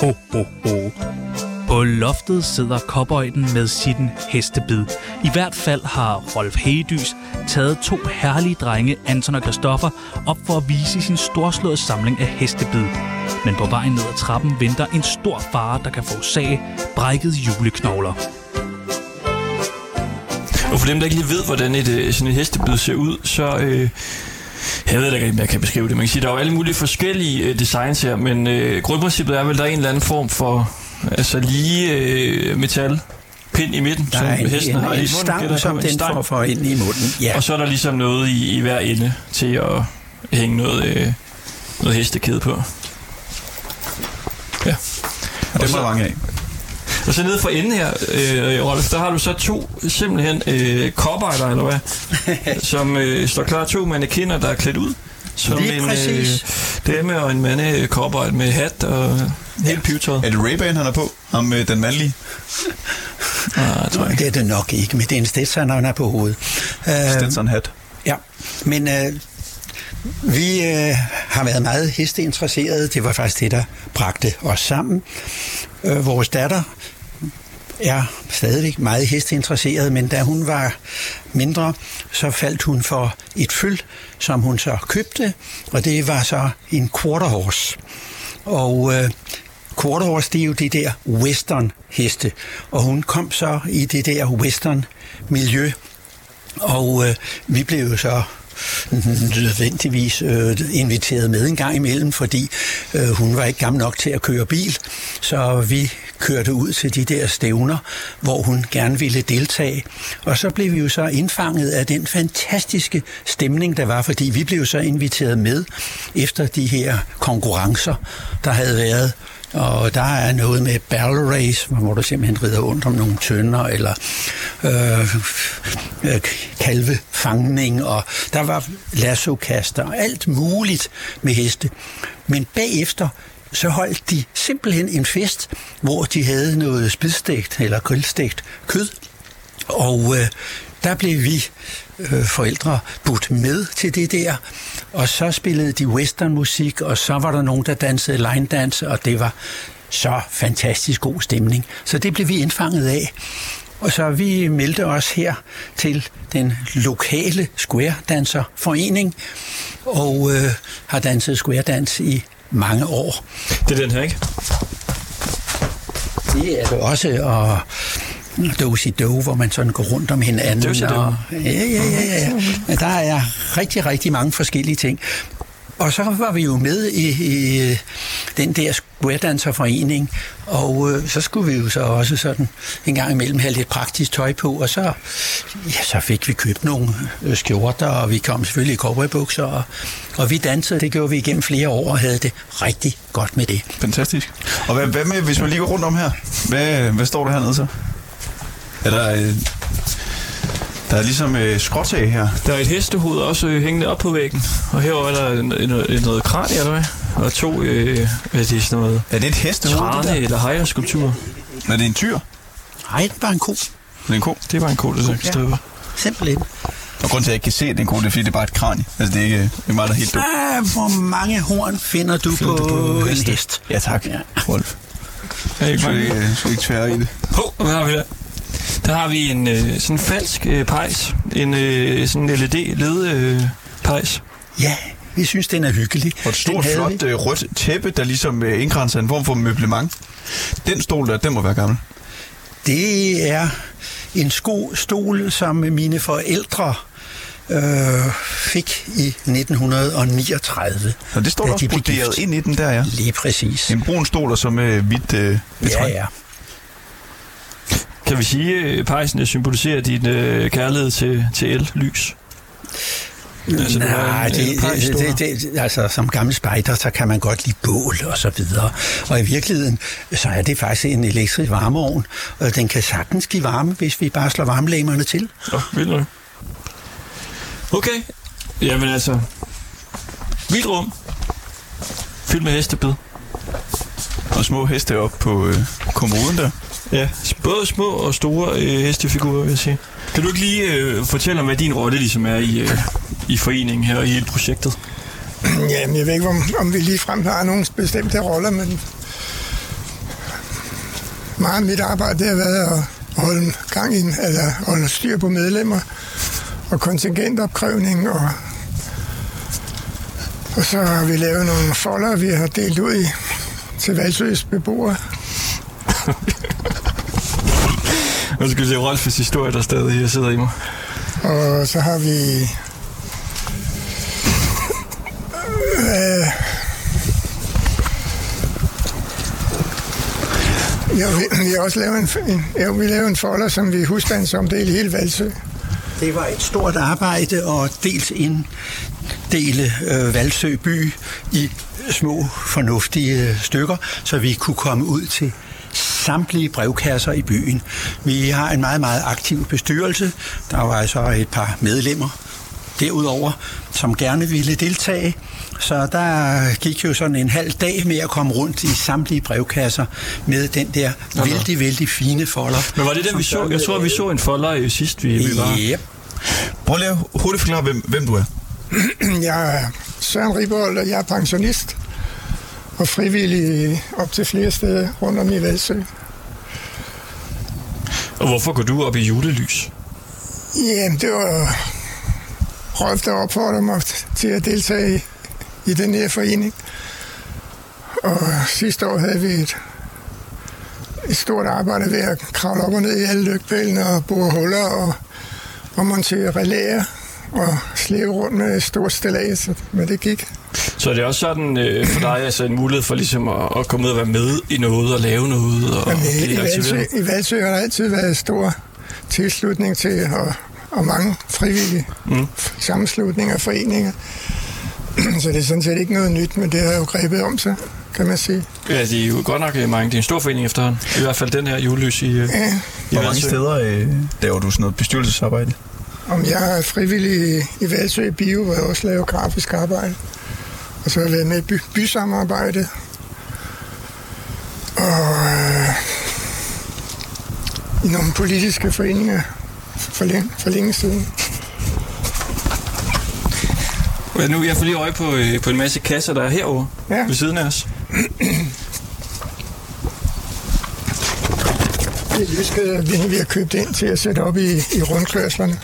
[SPEAKER 6] Ho, ho, ho. På loftet sidder kopøjden med sin hestebid. I hvert fald har Rolf Hedys taget to herlige drenge, Anton og Christoffer, op for at vise sin storslåede samling af hestebid. Men på vejen ned ad trappen venter en stor fare, der kan forårsage brækkede juleknogler.
[SPEAKER 1] Og for dem, der ikke lige ved, hvordan et, øh, sådan et hestebid ser ud, så... Øh, jeg ved da ikke, om jeg kan beskrive det. Man kan sige, der er jo alle mulige forskellige øh, designs her, men øh, grundprincippet er vel, der er en eller anden form for altså lige øh, metal pind i midten,
[SPEAKER 7] Der er en,
[SPEAKER 1] som hesten har
[SPEAKER 7] en,
[SPEAKER 1] i
[SPEAKER 7] en
[SPEAKER 1] munden. Gætter
[SPEAKER 7] stang,
[SPEAKER 1] jeg
[SPEAKER 7] som
[SPEAKER 1] på, en
[SPEAKER 7] den
[SPEAKER 1] stang.
[SPEAKER 7] får for ind i munden. Ja,
[SPEAKER 1] Og så er der ligesom noget i, i hver ende til at hænge noget, øh, noget hestekæde på. Ja.
[SPEAKER 7] og det
[SPEAKER 1] så-
[SPEAKER 7] var mange af.
[SPEAKER 1] Og så nede for enden her, øh, Rolf, der har du så to simpelthen øh, koparbejder, eller hvad, som øh, står klar. To mannekinder, der er klædt ud. Som
[SPEAKER 7] Lige
[SPEAKER 1] en øh,
[SPEAKER 7] præcis.
[SPEAKER 1] dame og en mande koparbejder med hat og øh, helt pivetøjet.
[SPEAKER 8] Er det Ray-Ban, han er på? Ham, øh, den mandlige?
[SPEAKER 1] Nej, Ah, tror jeg ikke.
[SPEAKER 7] Det er det nok ikke, men det er en Stetson, han er på hovedet. Øh,
[SPEAKER 8] Stetson hat.
[SPEAKER 7] ja, men øh, vi øh, har været meget hesteinteresserede. Det var faktisk det, der bragte os sammen. Øh, vores datter er stadigvæk meget hesteinteresseret, men da hun var mindre, så faldt hun for et føl, som hun så købte, og det var så en quarter horse. Og øh, quarter horse, det er jo det der western heste, og hun kom så i det der western miljø, og øh, vi blev jo så nødvendigvis øh, inviteret med en gang imellem, fordi øh, hun var ikke gammel nok til at køre bil, så vi kørte ud til de der stævner, hvor hun gerne ville deltage. Og så blev vi jo så indfanget af den fantastiske stemning, der var, fordi vi blev så inviteret med efter de her konkurrencer, der havde været. Og der er noget med barrel race, hvor du simpelthen rider rundt om nogle tønder, eller øh, øh, kalvefangning, og der var lassokaster og alt muligt med heste. Men bagefter, så holdt de simpelthen en fest, hvor de havde noget spidstegt eller grillstegt kød, og øh, der blev vi øh, forældre budt med til det der, og så spillede de westernmusik, og så var der nogen, der dansede line dance, og det var så fantastisk god stemning. Så det blev vi indfanget af. Og så vi meldte os her til den lokale square danserforening, og øh, har danset square dans i mange år.
[SPEAKER 1] Det er den her, ikke?
[SPEAKER 7] Det er det også, og dosi do, hvor man sådan går rundt om hinanden.
[SPEAKER 1] Dozy-do.
[SPEAKER 7] Og, ja, ja, ja, ja. Men der er rigtig, rigtig mange forskellige ting. Og så var vi jo med i, i den der squaredanserforening, og øh, så skulle vi jo så også sådan en gang imellem have lidt praktisk tøj på, og så, ja, så fik vi købt nogle øh, skjorter, og vi kom selvfølgelig i cowboybukser, og, og vi dansede, det gjorde vi igennem flere år, og havde det rigtig godt med det.
[SPEAKER 8] Fantastisk. Og hvad, hvad med, hvis man lige går rundt om her? Hvad, hvad står der hernede så? Er der... Øh, der er ligesom øh, skråtag her.
[SPEAKER 1] Der er et hestehoved også øh, hængende op på væggen, og herover er der en, en, en, noget kranie, eller hvad? Og to, øh, hvad er det sådan noget,
[SPEAKER 8] Er det et hestehoved, det
[SPEAKER 1] trane
[SPEAKER 8] der?
[SPEAKER 1] eller hejerskulpturer.
[SPEAKER 8] Men er det en tyr?
[SPEAKER 7] Nej, det var en ko,
[SPEAKER 8] Er det en ko?
[SPEAKER 1] Det var en kode, der støver.
[SPEAKER 7] simpelthen.
[SPEAKER 8] Og grunden til, at jeg ikke kan se, at det er en ko, det er, fordi det er bare et kranie. Altså, det er ikke, det er meget, der er helt dumt.
[SPEAKER 7] Ah, hvor mange horn finder du
[SPEAKER 8] Finder
[SPEAKER 7] på,
[SPEAKER 8] du på
[SPEAKER 7] en
[SPEAKER 8] heste?
[SPEAKER 7] hest?
[SPEAKER 8] Ja, tak.
[SPEAKER 7] Ja.
[SPEAKER 8] Rolf.
[SPEAKER 1] Ja, ikke
[SPEAKER 8] Skal vi
[SPEAKER 1] mange.
[SPEAKER 8] ikke, øh, skal vi ikke tvære i det?
[SPEAKER 1] Hov, hvad har vi der? Der har vi en øh, sådan falsk øh, pejs, en øh, sådan LED-led øh, pejs.
[SPEAKER 7] Ja, vi synes, den er hyggelig.
[SPEAKER 8] Og et
[SPEAKER 7] Den
[SPEAKER 8] stort,
[SPEAKER 7] havde
[SPEAKER 8] flot
[SPEAKER 7] vi.
[SPEAKER 8] øh, rødt tæppe, der ligesom øh, indgrænser en form for møblement. Den stol der, den må være gammel.
[SPEAKER 7] Det er en sko stol, som mine forældre øh, fik i 1939.
[SPEAKER 8] Og det står
[SPEAKER 7] da
[SPEAKER 8] der også
[SPEAKER 7] de blev
[SPEAKER 8] broderet
[SPEAKER 7] gift.
[SPEAKER 8] ind i den der, ja.
[SPEAKER 7] Lige præcis.
[SPEAKER 8] En brun stol og så med hvidt øh,
[SPEAKER 7] Ja,
[SPEAKER 8] betræk.
[SPEAKER 7] ja.
[SPEAKER 1] Kan vi sige, at øh, pejsen symboliserer din øh, kærlighed til, til el, lys? Altså, det var
[SPEAKER 7] Nej,
[SPEAKER 1] en- en
[SPEAKER 7] det,
[SPEAKER 1] pejs, du
[SPEAKER 7] det, det, det, altså, som gammel spejder, så kan man godt lide bål og så videre. Og i virkeligheden, så er det faktisk en elektrisk varmeovn, og den kan sagtens give varme, hvis vi bare slår varmelæmerne til.
[SPEAKER 1] Nå, vildt nok. Okay. Jamen altså. Vildt rum. Fyldt med hestebid.
[SPEAKER 8] Og små heste op på øh, kommoden der.
[SPEAKER 1] Ja, både små og store øh, hestefigurer, vil jeg sige. Kan du ikke lige øh, fortælle om, hvad din rolle ligesom er i, øh, i foreningen her og i hele projektet?
[SPEAKER 9] Jamen, jeg ved ikke, om, om vi ligefrem har nogle bestemte roller, men meget af mit arbejde det har været at holde gang i, eller holde styr på medlemmer og kontingentopkrævning, og, og så har vi lavet nogle folder, vi har delt ud i til Valsøs beboere.
[SPEAKER 1] Nu skal vi se Rolfes historie, der stadig øh, sidder i mig.
[SPEAKER 9] Og så har vi... Øh, Ja, vi, vi har også lavet en, en, ja, vi lavede en folder, som vi husstandsomdelte i hele Valsø.
[SPEAKER 7] Det var et stort arbejde og dels inddele øh, Valsø by i små fornuftige øh, stykker, så vi kunne komme ud til samtlige brevkasser i byen. Vi har en meget, meget aktiv bestyrelse. Der var så et par medlemmer derudover, som gerne ville deltage. Så der gik jo sådan en halv dag med at komme rundt i samtlige brevkasser med den der vældig, vældig fine folder.
[SPEAKER 1] Men var det den,
[SPEAKER 7] som
[SPEAKER 1] vi så?
[SPEAKER 7] Søren
[SPEAKER 1] Jeg tror, vi så en folder øh, sidst, vi, vi var.
[SPEAKER 7] Yep.
[SPEAKER 8] Prøv lige at hurtigt forklare, hvem, hvem du er.
[SPEAKER 9] Jeg er Søren Ribold, og jeg er pensionist og frivillig op til flere steder rundt om i Valsø.
[SPEAKER 1] Og hvorfor går du op i julelys?
[SPEAKER 9] Jamen, det var Rolf, der opfordrede mig til at deltage i, i den her forening. Og sidste år havde vi et, et stort arbejde ved at kravle op og ned i alle lygtpælene og bore huller og, og montere relæer og slæve rundt med et stort stillas, men det gik.
[SPEAKER 1] Så er det også sådan øh, for dig altså en mulighed for ligesom at, at komme ud og være med i noget og lave noget og
[SPEAKER 9] Jamen, i, i,
[SPEAKER 1] blive
[SPEAKER 9] Valsø,
[SPEAKER 1] aktiveret?
[SPEAKER 9] I Valsø har der altid været stor tilslutning til, og, og mange frivillige mm. sammenslutninger og foreninger. Så det er sådan set ikke noget nyt, men det har jo grebet om sig, kan man sige.
[SPEAKER 1] Ja, det er jo godt nok øh, mange. Det er en stor forening efterhånden. I hvert fald den her julelys i, øh,
[SPEAKER 9] Ja,
[SPEAKER 1] i
[SPEAKER 8] Hvor mange
[SPEAKER 1] Valsø.
[SPEAKER 8] steder øh, laver du sådan noget bestyrelsesarbejde?
[SPEAKER 9] om jeg er frivillig i- i Valsø Bio, hvor jeg også laver grafisk arbejde. Og så har jeg været med i by, bysamarbejdet. Og øh, i nogle politiske foreninger for længe, for længe siden.
[SPEAKER 1] Men nu, jeg får lige øje på, øh, på en masse kasser, der er herovre
[SPEAKER 9] Ja.
[SPEAKER 1] ja. ved siden af os.
[SPEAKER 9] Det er lyskæder, vi- vi har købt ind til at sætte op i, i rundkørslerne.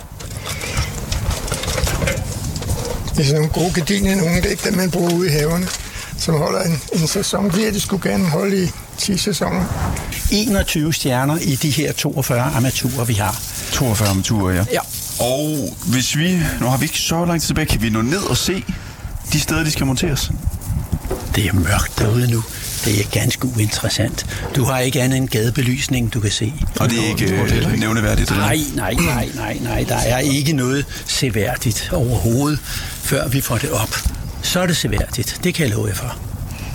[SPEAKER 9] Det er sådan nogle gode gardiner, nogle der ikke dem, man bruger ude i haverne, som holder en, en sæson. De her, de skulle gerne holde i 10 sæsoner.
[SPEAKER 7] 21 stjerner i de her 42 armaturer, vi har.
[SPEAKER 8] 42 armaturer, ja.
[SPEAKER 7] Ja.
[SPEAKER 8] Og hvis vi... Nu har vi ikke så lang tid tilbage. Kan vi nå ned og se?
[SPEAKER 2] de steder, de skal monteres?
[SPEAKER 7] Det er mørkt derude nu. Det er ganske uinteressant. Du har ikke andet end gadebelysning, du kan se.
[SPEAKER 2] Og det er ikke øh, nævneværdigt? Eller?
[SPEAKER 7] Nej, nej, nej, nej, nej. Der er ikke noget seværdigt overhovedet, før vi får det op. Så er det seværdigt. Det kan jeg love jer for.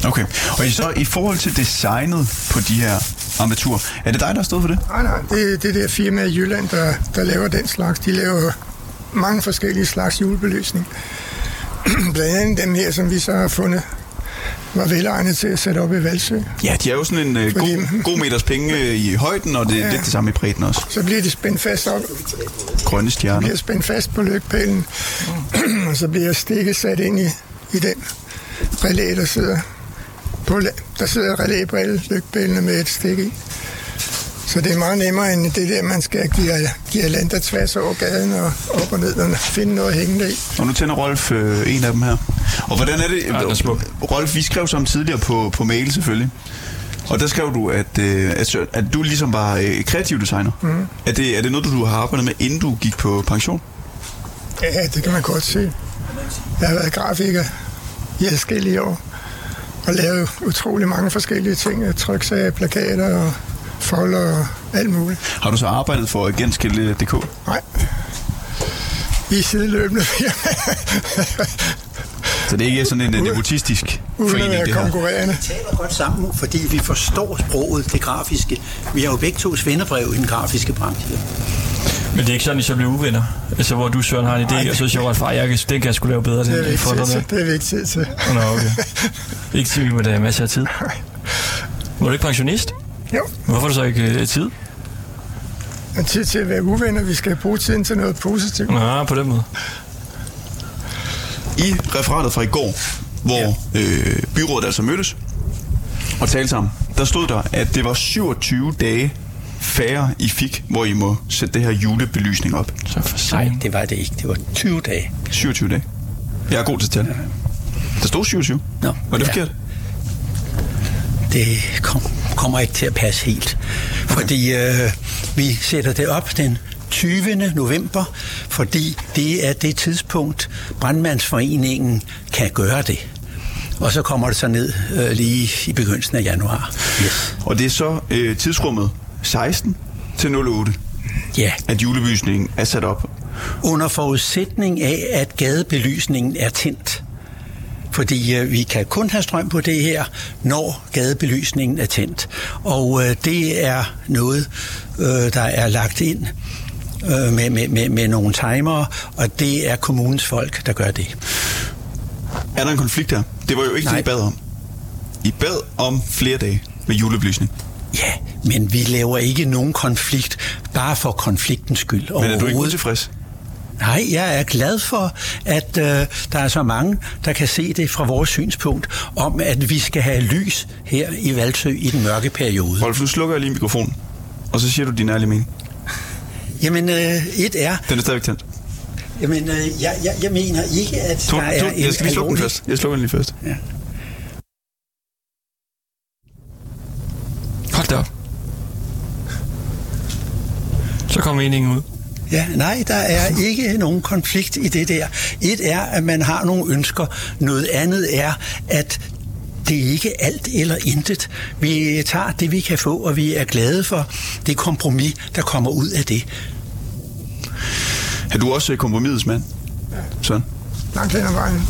[SPEAKER 2] Okay. Og i, så i forhold til designet på de her armaturer, er det dig, der har stået for det?
[SPEAKER 9] Nej, nej, det er det der firma i Jylland, der, der laver den slags. De laver mange forskellige slags julebelysning. Blandt andet dem her, som vi så har fundet, var velegnet til at sætte op i Valsø.
[SPEAKER 2] Ja, de er jo sådan en øh, god,
[SPEAKER 9] Fordi-
[SPEAKER 2] god meters penge øh, i højden, og det er ja.
[SPEAKER 9] Ja.
[SPEAKER 2] lidt det samme i bredden også.
[SPEAKER 9] Så bliver de spændt fast op,
[SPEAKER 2] Grønne stjerner.
[SPEAKER 9] bliver spændt fast på lygtpælen, og så bliver stikket sat ind i, i den relæ, der sidder på, la- der sidder et relæ på alle lygtpælene med et stik i. Så det er meget nemmere end det der, man skal give, give land, der tværs over gaden og op og ned og finde noget hængende i.
[SPEAKER 2] Og nu tænder Rolf øh, en af dem her. Og hvordan er det?
[SPEAKER 1] Ja, den er smuk.
[SPEAKER 2] Rolf, vi skrev sammen tidligere på, på mail selvfølgelig. Og der skrev du, at, øh, at, Søren- at du ligesom var øh, kreativ designer.
[SPEAKER 9] Mhm.
[SPEAKER 2] Mm. Er, det, er det noget, du har arbejdet med, inden du gik på pension?
[SPEAKER 9] Ja, det kan man godt se. Jeg har været grafiker i adskillige år, og lavet utrolig mange forskellige ting. Tryksager, plakater og folder og alt muligt.
[SPEAKER 2] Har du så arbejdet for genskille.dk?
[SPEAKER 9] Nej. I sideløbende firma,
[SPEAKER 2] Så det er ikke sådan en øh, nepotistisk
[SPEAKER 9] uden at
[SPEAKER 2] forening,
[SPEAKER 9] være
[SPEAKER 2] det her?
[SPEAKER 9] konkurrerende.
[SPEAKER 7] taler godt sammen, fordi vi forstår sproget, det grafiske. Vi har jo begge to svendebrev i den grafiske branche.
[SPEAKER 1] Men det er ikke sådan, at I så bliver uvenner. Altså, hvor du, Søren, har en idé,
[SPEAKER 9] Nej.
[SPEAKER 1] og så siger Rolf, at jeg kan, den kan jeg skulle lave bedre,
[SPEAKER 9] Det er
[SPEAKER 1] den
[SPEAKER 9] vi
[SPEAKER 1] den
[SPEAKER 9] ikke tid
[SPEAKER 1] folder der.
[SPEAKER 9] til. Det er vi ikke tid til.
[SPEAKER 1] Nå, okay. Ikke tvivl, men der er masser af tid. Var du ikke pensionist?
[SPEAKER 9] Jo,
[SPEAKER 1] Hvorfor har du så ikke øh, tid?
[SPEAKER 9] men tid til at være uvenner. Vi skal bruge tiden til noget positivt.
[SPEAKER 1] Nå, på den måde.
[SPEAKER 2] I referatet fra i går, hvor øh, byrådet altså mødtes og talte sammen, der stod der, at det var 27 dage færre, I fik, hvor I må sætte det her julebelysning op.
[SPEAKER 1] Så for
[SPEAKER 7] Nej,
[SPEAKER 1] sejt.
[SPEAKER 7] det var det ikke. Det var 20 dage.
[SPEAKER 2] 27 dage. Jeg er god til tal. Der stod 27.
[SPEAKER 7] Nå,
[SPEAKER 2] Var det
[SPEAKER 7] ja.
[SPEAKER 2] forkert?
[SPEAKER 7] Det kom, kommer ikke til at passe helt. Fordi øh, vi sætter det op den 20. november, fordi det er det tidspunkt, Brandmandsforeningen kan gøre det. Og så kommer det så ned øh, lige i begyndelsen af januar. Yes.
[SPEAKER 2] Og det er så øh, tidsrummet 16 til 08,
[SPEAKER 7] Ja,
[SPEAKER 2] at julebelysningen er sat op.
[SPEAKER 7] under forudsætning af, at gadebelysningen er tændt. Fordi øh, vi kan kun have strøm på det her, når gadebelysningen er tændt. Og øh, det er noget, øh, der er lagt ind øh, med, med, med, med nogle timere, og det er kommunens folk, der gør det.
[SPEAKER 2] Er der en konflikt her? Det var jo ikke
[SPEAKER 7] Nej.
[SPEAKER 2] det, I bad om. I bad om flere dage med julebelysning.
[SPEAKER 7] Ja, men vi laver ikke nogen konflikt, bare for konfliktens skyld
[SPEAKER 2] Men er du ikke
[SPEAKER 7] overhovedet.
[SPEAKER 2] utilfreds?
[SPEAKER 7] Nej, jeg er glad for, at øh, der er så mange, der kan se det fra vores synspunkt, om at vi skal have lys her i Valsø i den mørke periode.
[SPEAKER 2] Rolf, nu slukker jeg lige mikrofonen, og så siger du din ærlige mening.
[SPEAKER 7] Jamen, øh, et er,
[SPEAKER 2] Den er stadigvæk tændt.
[SPEAKER 7] jamen, øh, jeg, jeg, jeg mener ikke, at
[SPEAKER 2] To,
[SPEAKER 7] der er
[SPEAKER 2] to, jeg skal lige slukke den først. Jeg slukker den lige først.
[SPEAKER 1] Hold da op. Så kom meningen ud.
[SPEAKER 7] Ja, nej, der er ikke nogen konflikt i det der. Et er, at man har nogle ønsker. Noget andet er, at det er ikke alt eller intet. Vi tager det, vi kan få, og vi er glade for det kompromis, der kommer ud af det.
[SPEAKER 2] Er du også øh, kompromisets mand? Sådan.
[SPEAKER 9] Langt hen ad vejen.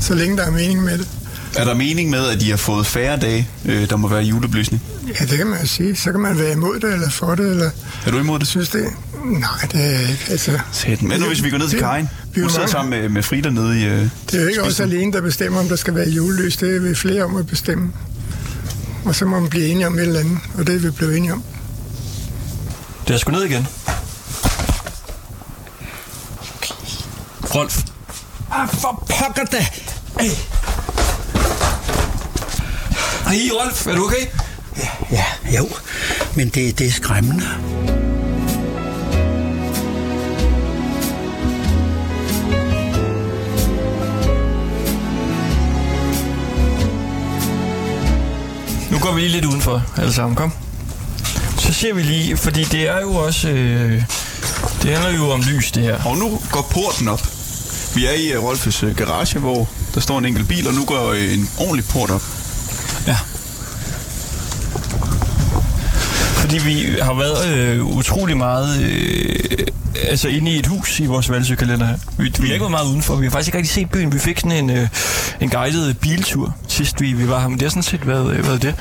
[SPEAKER 9] Så længe der er mening med det.
[SPEAKER 2] Er der mening med, at I har fået færre dage, øh, der må være julebelysning?
[SPEAKER 9] Ja, det kan man jo sige. Så kan man være imod det, eller for det, eller
[SPEAKER 2] Er du imod det?
[SPEAKER 9] synes det. Nej, det er jeg ikke. Altså,
[SPEAKER 2] Sætten. Men nu hvis vi går ned til
[SPEAKER 9] Det-
[SPEAKER 2] Karin.
[SPEAKER 9] vi
[SPEAKER 2] Hun
[SPEAKER 9] er jo
[SPEAKER 2] sidder
[SPEAKER 9] mange.
[SPEAKER 2] sammen med, med Frida nede i... Øh,
[SPEAKER 9] Det er jo ikke os alene, der bestemmer, om der skal være julelys. Det er vi flere om at bestemme. Og så må man blive enige om et eller andet, og det er vi blevet enige om.
[SPEAKER 1] Det er sgu ned igen. Rolf.
[SPEAKER 7] Ah, for pokker da! Ej,
[SPEAKER 1] Hej, Rolf. Er du okay?
[SPEAKER 7] Ja, jo, men det, det er skræmmende.
[SPEAKER 1] Nu går vi lige lidt udenfor, alle sammen. Kom. Så ser vi lige, fordi det er jo også... Øh, det handler jo om lys, det her.
[SPEAKER 2] Og nu går porten op.
[SPEAKER 8] Vi er i øh, Rolfes øh, garage, hvor der står en enkelt bil, og nu går øh, en ordentlig port op.
[SPEAKER 1] Ja. Fordi vi har været øh, utrolig meget øh, altså inde i et hus i vores valgsykalender her. Vi, vi har ikke været meget udenfor. Vi har faktisk ikke rigtig set byen. Vi fik sådan en, øh, en guided biltur sidst vi, vi var her, men det har sådan set været, øh, været det.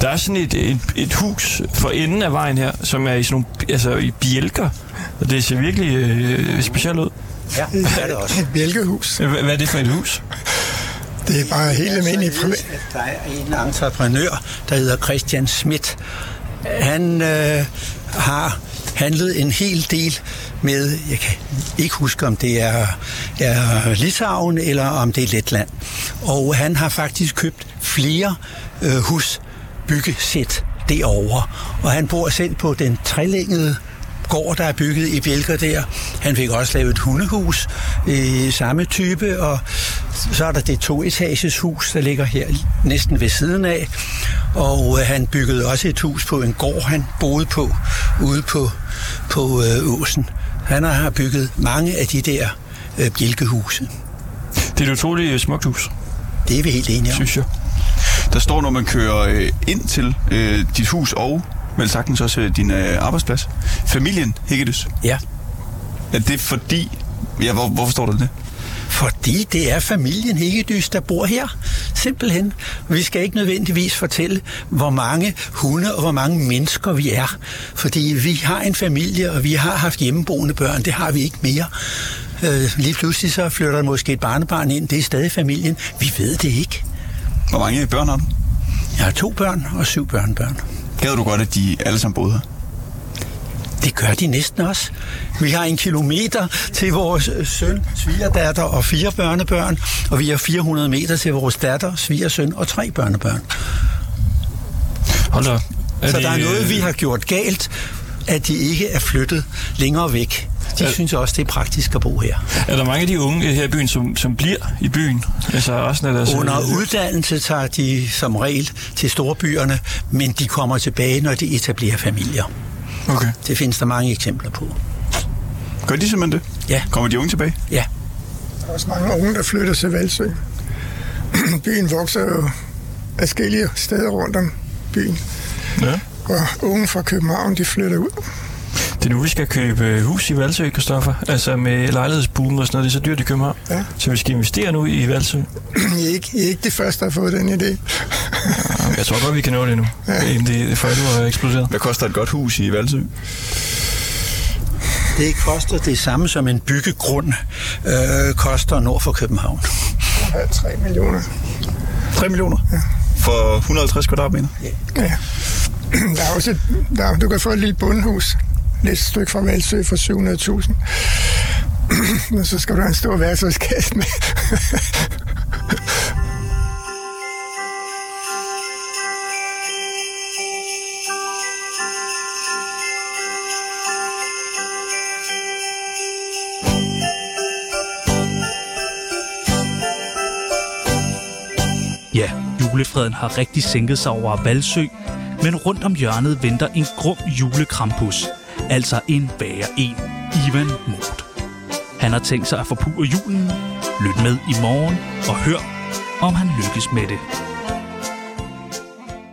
[SPEAKER 1] Der er sådan et, et, et hus for enden af vejen her, som er i sådan nogle, altså i bjælker. Og det ser virkelig øh, specielt ud.
[SPEAKER 7] Ja, det er det også.
[SPEAKER 9] Et bjælkehus.
[SPEAKER 1] Hvad hvad er det for et hus?
[SPEAKER 9] Det er bare helt almindeligt
[SPEAKER 7] således,
[SPEAKER 9] privat.
[SPEAKER 7] at Der er en entreprenør, der hedder Christian Schmidt. Han øh, har handlet en hel del med, jeg kan ikke huske, om det er, er Litauen eller om det er Letland. Og han har faktisk købt flere øh, husbyggesæt derovre. Og han bor selv på den trelængede gård, der er bygget i Bjælker der. Han fik også lavet et hundehus i øh, samme type, og så er der det toetages hus, der ligger her næsten ved siden af. Og øh, han byggede også et hus på en gård, han boede på ude på, på øh, åsen. Han har bygget mange af de der øh, bjælkehuse.
[SPEAKER 1] Det er et utroligt øh, smukt hus,
[SPEAKER 7] Det er vi helt enige om.
[SPEAKER 1] synes jeg.
[SPEAKER 8] Der står, når man kører øh, ind til øh, dit hus og vel sagtens også øh, din øh, arbejdsplads. Familien Hækkelys.
[SPEAKER 7] Ja.
[SPEAKER 8] Er det fordi... Ja, hvor, hvorfor står der det?
[SPEAKER 7] Fordi det er familien Hækkedys, der bor her. Simpelthen. Vi skal ikke nødvendigvis fortælle, hvor mange hunde og hvor mange mennesker vi er. Fordi vi har en familie, og vi har haft hjemmeboende børn. Det har vi ikke mere. Øh, lige pludselig så flytter der måske et barnebarn ind. Det er stadig familien. Vi ved det ikke.
[SPEAKER 8] Hvor mange børn har du?
[SPEAKER 7] Jeg har to børn og syv børnebørn.
[SPEAKER 8] Gad du godt, at de alle sammen boede her?
[SPEAKER 7] Det gør de næsten også. Vi har en kilometer til vores øh, søn, svigerdatter og fire børnebørn, og vi har 400 meter til vores datter, svigersøn og tre børnebørn.
[SPEAKER 1] Hold da. op.
[SPEAKER 7] Så
[SPEAKER 1] det,
[SPEAKER 7] der er noget,
[SPEAKER 1] øh,
[SPEAKER 7] vi har gjort galt, at de ikke er flyttet længere væk. De
[SPEAKER 1] Ja.
[SPEAKER 7] synes også, det er praktisk at bo her.
[SPEAKER 1] Er der mange af de unge øh, her i byen, som, som bliver i byen? Altså resten af deres...
[SPEAKER 7] Under
[SPEAKER 1] øh,
[SPEAKER 7] uddannelse tager de som regel til storbyerne, men de kommer tilbage, når de etablerer familier.
[SPEAKER 1] Okay.
[SPEAKER 7] Det findes der mange eksempler på.
[SPEAKER 8] Gør de simpelthen det?
[SPEAKER 7] Ja.
[SPEAKER 8] Kommer de unge tilbage?
[SPEAKER 7] Ja,
[SPEAKER 9] Der er også mange unge, der flytter til Valsø. byen vokser jo afskillige steder rundt om byen.
[SPEAKER 1] Ja.
[SPEAKER 9] Og unge fra København, de flytter ud.
[SPEAKER 1] Det er nu, vi skal købe øh, hus i Valsø, Kristoffer. Altså med lejlighedsboom og sådan noget. Det er så dyrt i København.
[SPEAKER 9] Ja.
[SPEAKER 1] Så vi skal investere nu i Valsø.
[SPEAKER 9] I er ikke, I er ikke de første, der har fået den idé.
[SPEAKER 1] Jeg tror godt, vi kan nå det nu. Ja. Inden det for alvor er eksploderet.
[SPEAKER 8] Hvad koster et godt hus i Valsø?
[SPEAKER 7] det koster det samme som en byggegrund øh, koster nord for København.
[SPEAKER 9] Ja, 3 millioner.
[SPEAKER 8] 3 millioner? Ja. For 150 kvadratmeter?
[SPEAKER 9] Ja. Der er også et, der, er- du kan få et lille bundhus, lidt stykke fra Valsø for 700.000. Men så skal du have en stor værtshøjskasse med.
[SPEAKER 6] Ja, julefreden har rigtig sænket sig over Valsø, men rundt om hjørnet venter en grum julekrampus, altså en bager en, Ivan Mort. Han har tænkt sig at forpure julen. Lyt med i morgen og hør, om han lykkes med det.